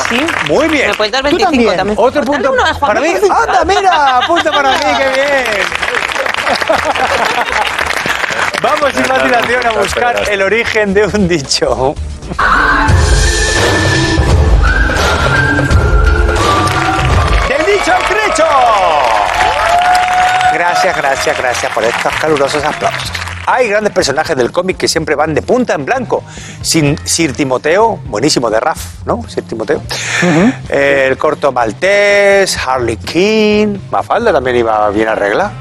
[SPEAKER 1] Muy bien.
[SPEAKER 2] Me puedes dar
[SPEAKER 4] Tú
[SPEAKER 2] 25
[SPEAKER 4] también.
[SPEAKER 2] también. Pues
[SPEAKER 1] Otro
[SPEAKER 2] Dale
[SPEAKER 1] punto
[SPEAKER 2] uno a Juan
[SPEAKER 1] para mí. ah,
[SPEAKER 2] Carlos.
[SPEAKER 1] ¡Anda, mira! ¡Punto para mí! ¡Qué bien! Vamos sin más dilación a buscar el origen de un dicho. ¡Del dicho al trecho! Gracias, gracias, gracias por estos calurosos aplausos. Hay grandes personajes del cómic que siempre van de punta en blanco. Sin Sir Timoteo, buenísimo de Raf, ¿no? Sir Timoteo. El corto maltés, Harley Quinn, Mafalda también iba bien arreglada.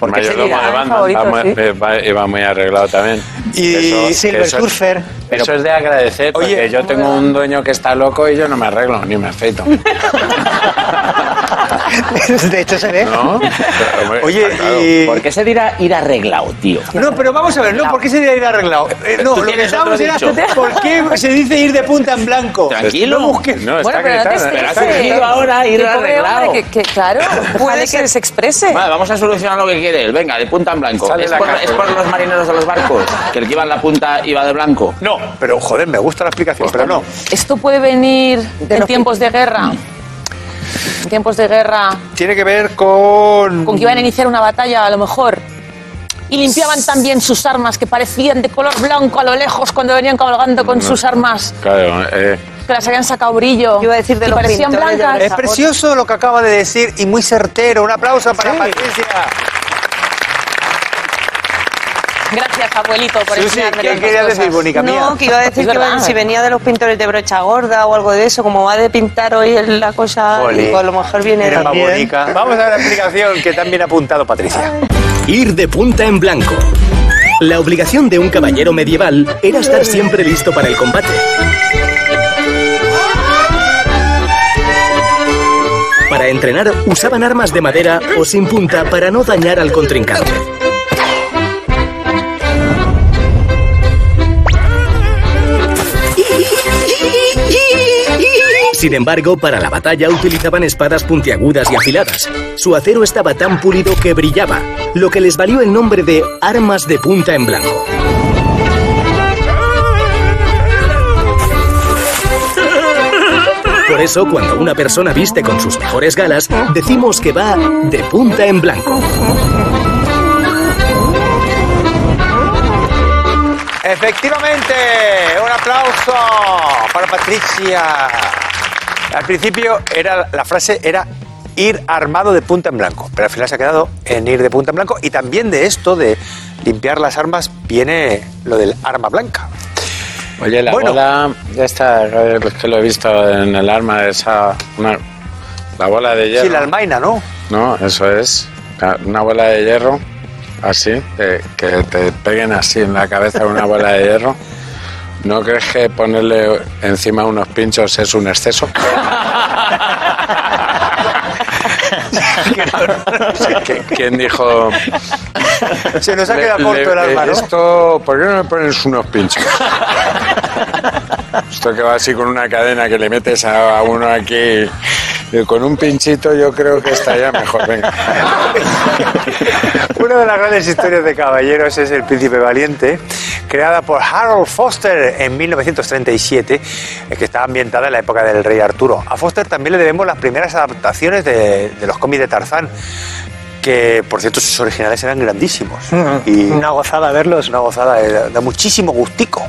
[SPEAKER 6] ¿por qué
[SPEAKER 5] Mayordomo
[SPEAKER 6] sería
[SPEAKER 5] de
[SPEAKER 6] el
[SPEAKER 5] Batman
[SPEAKER 6] favorito,
[SPEAKER 5] va muy-
[SPEAKER 6] sí?
[SPEAKER 5] eh, va- iba muy arreglado también.
[SPEAKER 1] Y
[SPEAKER 5] Que eso- que
[SPEAKER 4] Silver
[SPEAKER 5] eso-
[SPEAKER 4] Surfer.
[SPEAKER 5] Pero eso es de agradecer, porque
[SPEAKER 1] Oye,
[SPEAKER 5] yo tengo un dueño que está loco y yo no me arreglo, ni me afeito.
[SPEAKER 4] De hecho, se ve.
[SPEAKER 5] ¿No? Pero, hombre,
[SPEAKER 1] Oye,
[SPEAKER 5] está claro.
[SPEAKER 1] y-
[SPEAKER 3] ¿Por qué se dirá ir arreglado, tío?
[SPEAKER 1] No, pero vamos a ver, ¿no? ¿Por qué se diría ir arreglado? Eh, no,
[SPEAKER 3] ¿Tú
[SPEAKER 1] lo que
[SPEAKER 3] tienes
[SPEAKER 1] estábamos
[SPEAKER 3] otro
[SPEAKER 1] era
[SPEAKER 3] dicho?
[SPEAKER 1] ¿por qué se dice ir de punta en blanco?
[SPEAKER 3] Tranquilo.
[SPEAKER 1] No busques-
[SPEAKER 5] No, está
[SPEAKER 6] Bueno, pero no te
[SPEAKER 5] gritando,
[SPEAKER 6] estreses.
[SPEAKER 5] está gritando.
[SPEAKER 3] surgido ahora ir
[SPEAKER 6] Qué pobre
[SPEAKER 3] arreglado.
[SPEAKER 6] hombre, Que, que, claro, puede que se exprese.
[SPEAKER 3] Vale, vamos a solucionar lo que quieres. Venga, de punta en blanco.
[SPEAKER 5] Sale
[SPEAKER 3] Es
[SPEAKER 5] la
[SPEAKER 3] por,
[SPEAKER 5] caja.
[SPEAKER 3] es por los marineros de los barcos. Que el que iba en la punta iba de blanco.
[SPEAKER 1] No, pero joder, me gusta la explicación, pero no.
[SPEAKER 6] ¿Esto puede venir en tiempos de guerra?
[SPEAKER 2] Mm.
[SPEAKER 6] En tiempos de guerra,
[SPEAKER 1] Tiene que ver con.
[SPEAKER 6] con que iban a iniciar una batalla a lo mejor. Y limpiaban también sus armas que parecían de color blanco a lo lejos cuando venían cabalgando con sus armas
[SPEAKER 5] Claro, eh,
[SPEAKER 6] que las habían sacado brillo.
[SPEAKER 2] Yo iba a decir de
[SPEAKER 6] y
[SPEAKER 2] los
[SPEAKER 6] parecían
[SPEAKER 2] pintores de
[SPEAKER 6] blancas.
[SPEAKER 1] Es precioso lo que acaba de decir y muy certero. Un aplauso para Patricia.
[SPEAKER 6] Gracias, abuelito, por
[SPEAKER 1] Susi,
[SPEAKER 6] enseñarme
[SPEAKER 1] ¿qué
[SPEAKER 6] tantas
[SPEAKER 1] querías
[SPEAKER 6] cosas.
[SPEAKER 1] decir, bonica mía?
[SPEAKER 2] No, que iba a decir que
[SPEAKER 6] Es verdad.
[SPEAKER 2] bueno, si venía de los pintores de brocha gorda o algo de eso, como va de pintar hoy la cosa,
[SPEAKER 1] Jolín.
[SPEAKER 2] digo, a lo mejor viene
[SPEAKER 1] Era
[SPEAKER 2] de...
[SPEAKER 1] más
[SPEAKER 4] También.
[SPEAKER 1] bonica. Vamos a ver la explicación que también ha apuntado Patricia.
[SPEAKER 9] Ir de punta en blanco. La obligación de un caballero medieval era estar siempre listo para el combate. para entrenar usaban armas de madera o sin punta para no dañar al contrincante. Sin embargo, para la batalla utilizaban espadas puntiagudas y afiladas. Su acero estaba tan pulido que brillaba, lo que les valió el nombre de armas de punta en blanco. Por eso, cuando una persona viste con sus mejores galas, decimos que va de punta en blanco.
[SPEAKER 1] Efectivamente, un aplauso para Patricia. Al principio era la frase era ir armado de punta en blanco, pero al final se ha quedado en ir de punta en blanco y también de esto de limpiar las armas viene lo del arma blanca.
[SPEAKER 5] Oye, la
[SPEAKER 1] Bueno.
[SPEAKER 5] bola, ya está, que lo he visto en el arma, esa, una, la bola de hierro.
[SPEAKER 1] Sí, la almaina, ¿no?
[SPEAKER 5] No, eso es. Ca- Una bola de hierro, así, que, que te peguen así en la cabeza una bola de hierro. ¿No crees que ponerle encima unos pinchos es un exceso? ¿Qui- ¿Quién dijo?
[SPEAKER 1] Se nos ha
[SPEAKER 5] le-
[SPEAKER 1] quedado corto
[SPEAKER 5] le-
[SPEAKER 1] el arma, ¿no?
[SPEAKER 5] Esto, ¿por qué no me pones unos pinchos? Esto que va así con una cadena que le metes a, a uno aquí. y Con un pinchito yo creo que estaría mejor. Venga.
[SPEAKER 1] Una de las grandes historias de caballeros es El Príncipe Valiente, creada por Harold Foster en 1937, eh, que está ambientada en la época del rey Arturo. A Foster también le debemos las primeras adaptaciones de, de los cómics de Tarzán, que por cierto sus originales eran grandísimos. Y
[SPEAKER 4] Mm. Una gozada verlos. Mm.
[SPEAKER 1] una gozada, eh, da, da muchísimo gustico.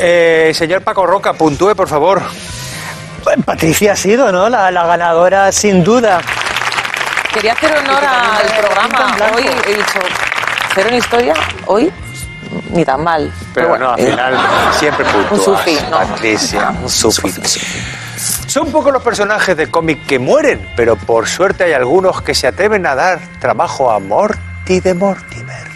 [SPEAKER 1] Eh, señor Paco Roca, puntúe por favor.
[SPEAKER 4] Patricia ha sido, ¿no? La, la ganadora, sin duda.
[SPEAKER 6] Quería hacer honor al programa. Hoy he dicho, cero en historia, hoy ni tan mal.
[SPEAKER 1] Pero bueno, al
[SPEAKER 6] eh,
[SPEAKER 1] final siempre
[SPEAKER 6] Un
[SPEAKER 1] puntúa.
[SPEAKER 6] sufi, no.
[SPEAKER 1] Patricia, un sufi. Son pocos los personajes de cómic que mueren, pero por suerte hay algunos que se atreven a dar trabajo a Morty de Mortimer.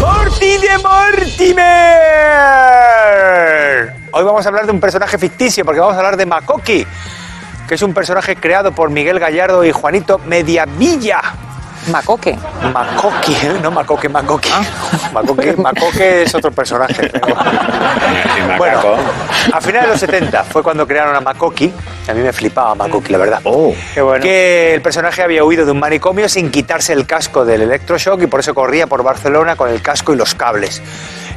[SPEAKER 1] ¡Morty de Mortimer! Hoy vamos a hablar de un personaje ficticio, porque vamos a hablar de Makoki, que es un personaje creado por Miguel Gallardo y Juanito Mediavilla.
[SPEAKER 6] Macoque.
[SPEAKER 1] Makoki, ¿eh? no Makoki, Makoki. Makoki, Makoki es otro personaje. bueno, a finales de los 70 fue cuando crearon a Makoki. A mí me flipaba Makoki, la verdad.
[SPEAKER 3] Oh.
[SPEAKER 4] Qué bueno.
[SPEAKER 1] Que el personaje había huido de un manicomio sin quitarse el casco del electroshock y por eso corría por Barcelona con el casco y los cables.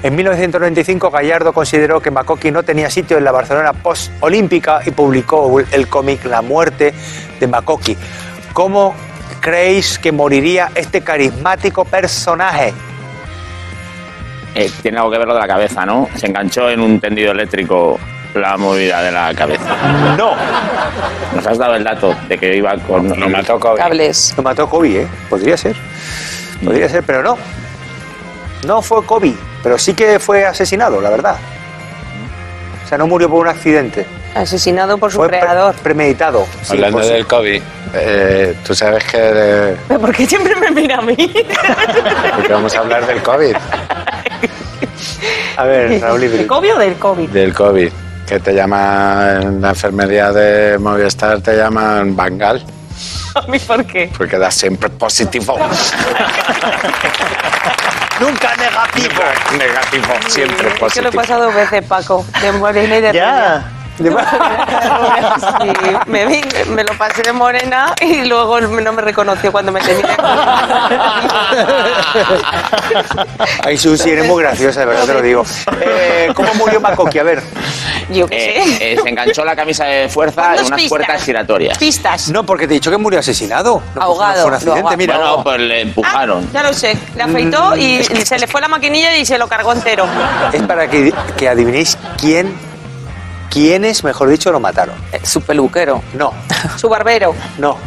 [SPEAKER 1] En 1995 Gallardo consideró que Makoki no tenía sitio en la Barcelona post-olímpica y publicó el cómic La muerte de Makoki. ¿Cómo creéis que moriría este carismático personaje?
[SPEAKER 3] Eh, tiene algo que ver lo de la cabeza, ¿no? Se enganchó en un tendido eléctrico la movida de la cabeza.
[SPEAKER 1] No,
[SPEAKER 3] Nos has dado el dato de que iba con...
[SPEAKER 5] No me ha tocado.
[SPEAKER 6] Cables.
[SPEAKER 1] lo mató Kobe, ¿eh? Podría ser. Podría ser, pero no. No fue Kobe, pero sí que fue asesinado, la verdad. O sea, no murió por un accidente.
[SPEAKER 2] Asesinado por su
[SPEAKER 1] Fue pre-
[SPEAKER 2] creador.
[SPEAKER 1] premeditado. Sí,
[SPEAKER 5] Hablando pues,
[SPEAKER 1] por su-
[SPEAKER 5] del COVID, eh, tú sabes que, eh,
[SPEAKER 2] ¿Pero ¿Por qué siempre me mira a mí?
[SPEAKER 5] que vamos a hablar del COVID,
[SPEAKER 1] A ver, Raúl
[SPEAKER 2] ¿Del
[SPEAKER 1] Ibri.
[SPEAKER 2] COVID o del COVID?
[SPEAKER 5] del COVID, que te llama en la enfermería de Movistar, te llaman Bangal,
[SPEAKER 2] ¿A mí por qué?
[SPEAKER 5] porque da siempre positivo.
[SPEAKER 1] Nunca negativo.
[SPEAKER 5] Negativo, siempre
[SPEAKER 1] Pues
[SPEAKER 2] Es que lo he
[SPEAKER 5] positivo.
[SPEAKER 2] pasado dos veces, Paco. De morena y de
[SPEAKER 4] Ya.
[SPEAKER 2] rubia. Sí, me, vi- me lo pasé de morena y luego no me reconoció cuando me tenía.
[SPEAKER 1] Ay, Susi, eres muy graciosa, de verdad te lo digo. Eh, ¿Cómo murió Makoki? A ver.
[SPEAKER 2] Yo
[SPEAKER 3] Eh,
[SPEAKER 2] qué sé.
[SPEAKER 3] eh, se enganchó la camisa de fuerza en
[SPEAKER 2] Dándonos
[SPEAKER 3] unas puertas giratorias.
[SPEAKER 2] Pistas.
[SPEAKER 1] No, porque te he dicho que murió asesinado. No,
[SPEAKER 6] Ahogado,
[SPEAKER 1] No fue un
[SPEAKER 6] lo
[SPEAKER 1] accidente,
[SPEAKER 6] ahoga-
[SPEAKER 1] mira. oh.
[SPEAKER 3] bueno, pues le
[SPEAKER 2] Ah,
[SPEAKER 3] empujaron.
[SPEAKER 2] ya lo sé. Le
[SPEAKER 3] Mm.
[SPEAKER 2] afeitó y se le fue la maquinilla y se lo cargó entero.
[SPEAKER 1] Es para que, que adivinéis quién, quiénes, mejor dicho, lo mataron.
[SPEAKER 6] Eh, Su peluquero.
[SPEAKER 1] No,
[SPEAKER 2] Su barbero.
[SPEAKER 1] no.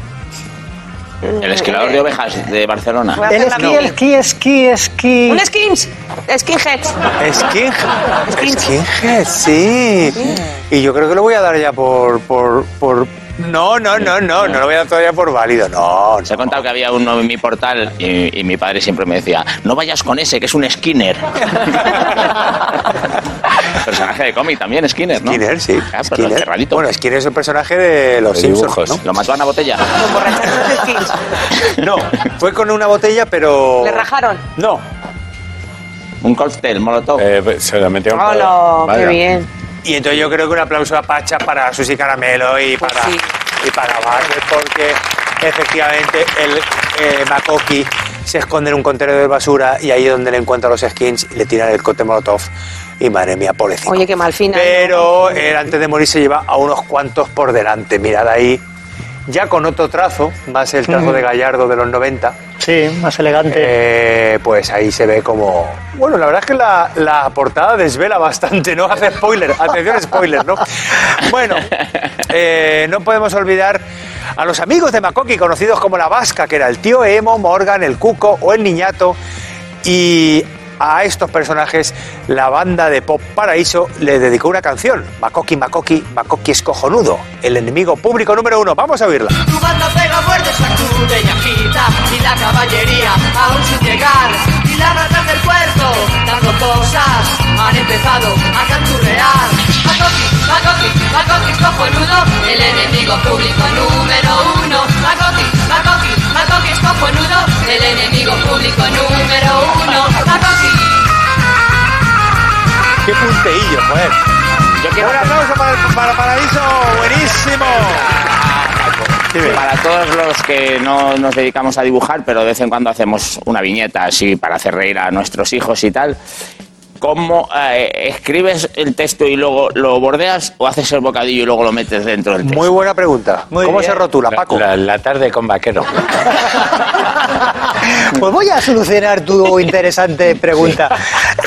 [SPEAKER 3] El esquilador de ovejas de Barcelona.
[SPEAKER 2] Voy a
[SPEAKER 4] El
[SPEAKER 2] hacer la
[SPEAKER 4] esquí,
[SPEAKER 2] mía.
[SPEAKER 4] el esquí, esquí, esquí.
[SPEAKER 2] Un skins. Skinhead.
[SPEAKER 1] Skin, skinhead, sí. Y yo creo que lo voy a dar ya por, por, por... No, no, no, no, no lo voy a dar todavía por válido. No,
[SPEAKER 3] Os he
[SPEAKER 1] no.
[SPEAKER 3] contado que había uno en mi portal y, y mi padre siempre me decía, no vayas con ese, que es un skinner. personaje de cómic también, Skinner, ¿no?
[SPEAKER 1] Skinner, sí.
[SPEAKER 3] Ah, pero
[SPEAKER 1] Skinner.
[SPEAKER 3] cerradito.
[SPEAKER 1] Bueno, Skinner es el personaje de los
[SPEAKER 5] De
[SPEAKER 1] Simpsons,
[SPEAKER 5] dibujos.
[SPEAKER 1] ¿no?
[SPEAKER 3] Lo mató Ana Botella.
[SPEAKER 1] No, fue con una botella, pero.
[SPEAKER 2] Le rajaron.
[SPEAKER 1] No,
[SPEAKER 3] Un cóctel, molotov.
[SPEAKER 5] Eh, se lo metió un
[SPEAKER 2] ¡Hola!
[SPEAKER 5] Vaya.
[SPEAKER 2] ¡Qué bien!
[SPEAKER 1] Y entonces yo creo que un aplauso a Pacha para Susi Caramelo y
[SPEAKER 2] Pues
[SPEAKER 1] para,
[SPEAKER 2] sí.
[SPEAKER 1] y para Barber, porque efectivamente el eh, Makoki se esconde en un contenedor de basura y ahí es donde le encuentra los skins y le tiran el cote molotov. Y madre mía, pobrecito.
[SPEAKER 2] Oye, qué mal final.
[SPEAKER 1] Pero él antes de morir se lleva a unos cuantos por delante. Mirad ahí, ya con otro trazo, más el trazo de Gallardo de los 90.
[SPEAKER 4] Sí, más elegante.
[SPEAKER 1] Eh, pues ahí se ve como. Bueno, la verdad es que la, la portada desvela bastante, ¿no? Hace spoiler, atención, spoiler, ¿no? Bueno, eh, no podemos olvidar a los amigos de Makoki, conocidos como la Vasca, que era el tío Emo, Morgan, el Cuco o el Niñato. Y a estos personajes, la banda de pop Paraíso le dedicó una canción: Makoki, Makoki, Makoki es cojonudo, el enemigo público número uno. Vamos a oírla.
[SPEAKER 10] Tu banda pega fuerte, sacude y agita Y la caballería aún sin llegar Y las ratas del puerto dando cosas Han empezado a canturrear Macoqui, Macoqui, Macoqui es cojonudo El enemigo público número uno Macoqui, Macoqui, Macoqui es cojonudo El enemigo público número uno Macoqui
[SPEAKER 1] ¡Qué punteillo, joder! Un aplauso para, el- para Paraíso, buenísimo. Dime.
[SPEAKER 3] Para todos los que no nos dedicamos a dibujar, pero de vez en cuando hacemos una viñeta así para hacer reír a nuestros hijos y tal, ¿cómo eh, escribes el texto y luego lo bordeas o haces el bocadillo y luego lo metes dentro del texto?
[SPEAKER 1] Muy buena pregunta.
[SPEAKER 4] Muy
[SPEAKER 1] ¿Cómo
[SPEAKER 4] bien.
[SPEAKER 1] se rotula, Paco?
[SPEAKER 5] La, la tarde con vaquero.
[SPEAKER 4] Pues voy a solucionar tu interesante pregunta.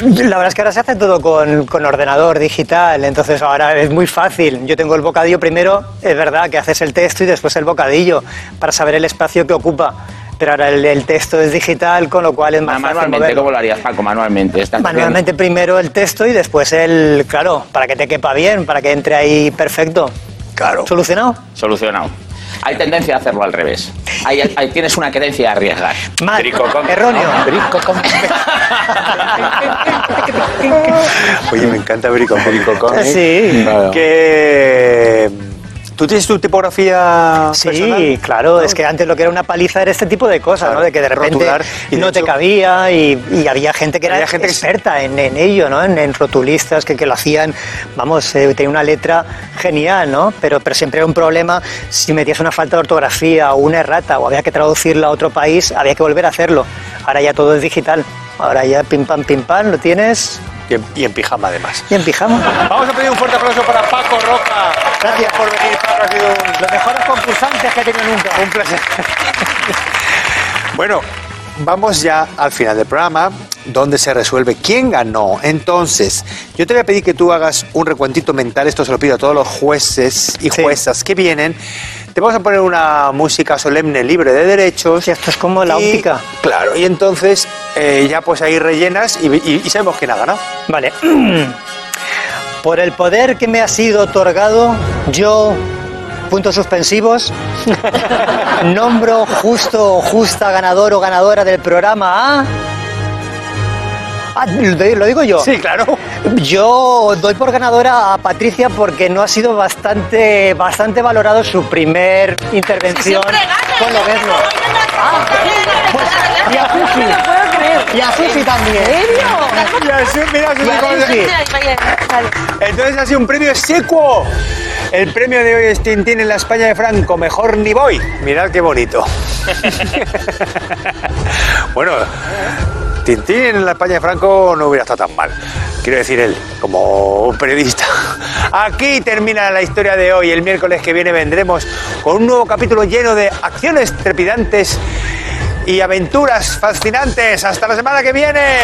[SPEAKER 4] La verdad es que ahora se hace todo con, con ordenador digital, entonces ahora es muy fácil. Yo tengo el bocadillo primero, es verdad que haces el texto y después el bocadillo para saber el espacio que ocupa. Pero ahora el, el texto es digital, con lo cual es
[SPEAKER 3] Ah,
[SPEAKER 4] más fácil.
[SPEAKER 3] manualmente,
[SPEAKER 4] moverlo.
[SPEAKER 3] ¿cómo lo harías, Paco? Manualmente. Estás
[SPEAKER 4] Manualmente primero el texto y después el, claro, para que te quepa bien, para que entre ahí perfecto.
[SPEAKER 1] Claro.
[SPEAKER 4] ¿Solucionado?
[SPEAKER 3] haciendo- Solucionado. Hay tendencia a hacerlo al revés. Hay- hay- tienes una creencia a arriesgar.
[SPEAKER 4] Mal.
[SPEAKER 5] Tricocom.
[SPEAKER 4] Erróneo.
[SPEAKER 5] No, tricocom.
[SPEAKER 1] Oye, me encanta Brico.
[SPEAKER 5] Tricocom.
[SPEAKER 4] Sí.
[SPEAKER 5] Claro.
[SPEAKER 1] ¿eh? Que. ¿Tú tienes tu tipografía
[SPEAKER 4] Sí,
[SPEAKER 1] personal?
[SPEAKER 4] claro, es que antes lo que era una paliza era este tipo de cosas,
[SPEAKER 1] Claro,
[SPEAKER 4] ¿no? De que de repente
[SPEAKER 1] rotular, y de
[SPEAKER 4] no te
[SPEAKER 1] hecho-
[SPEAKER 4] cabía y, y había gente que era
[SPEAKER 1] Había gente que-
[SPEAKER 4] experta en, en ello, ¿no? En, en rotulistas que, que lo hacían, vamos, eh, tenía una letra genial, ¿no? Pero, pero siempre era un problema si metías una falta de ortografía o una errata o había que traducirla a otro país, había que volver a hacerlo. Ahora ya todo es digital. Ahora ya pim pam pim pam, lo tienes
[SPEAKER 1] Y en, y en pijama, además.
[SPEAKER 4] y en pijama.
[SPEAKER 1] Vamos a pedir un fuerte aplauso para Paco Roca.
[SPEAKER 4] Gracias.
[SPEAKER 1] por venir, Paco. Ha sido un,
[SPEAKER 4] Los mejores concursantes que he tenido nunca.
[SPEAKER 1] un placer. bueno, vamos ya al final del programa, donde se resuelve quién ganó. Entonces, yo te voy a pedir que tú hagas un recuentito mental. Esto se lo pido a todos los jueces y
[SPEAKER 4] Sí.
[SPEAKER 1] juezas que vienen. Te vamos a poner una música solemne libre de derechos.
[SPEAKER 4] Hostia, esto es como la
[SPEAKER 1] Y,
[SPEAKER 4] óptica.
[SPEAKER 1] Claro, y entonces eh, ya pues ahí rellenas y, y- y sabemos quién ha ganado.
[SPEAKER 4] Vale. Por el poder que me ha sido otorgado, yo, puntos suspensivos, nombro justo o justa ganador o ganadora del programa a... Ah, ¿lo lo digo yo?
[SPEAKER 1] claro.
[SPEAKER 4] Yo doy por ganadora a Patricia porque no ha sido bastante, bastante valorado su primer intervención con lo verlo. Ah, pues, y a Fufi. Y a Fufi también.
[SPEAKER 1] Y así, mira, así
[SPEAKER 4] Y a
[SPEAKER 1] se-
[SPEAKER 4] Fufi.
[SPEAKER 1] Entonces ha sido un premio secuo. El premio de hoy es Tintín en la España de Franco, mejor ni voy. Mirad qué bonito. bueno, Tintín en la España de Franco no hubiera estado tan mal. Quiero decir él, como un periodista. Aquí termina la historia de hoy. El miércoles que viene vendremos con un nuevo capítulo lleno de acciones trepidantes y aventuras fascinantes. Hasta la semana que viene.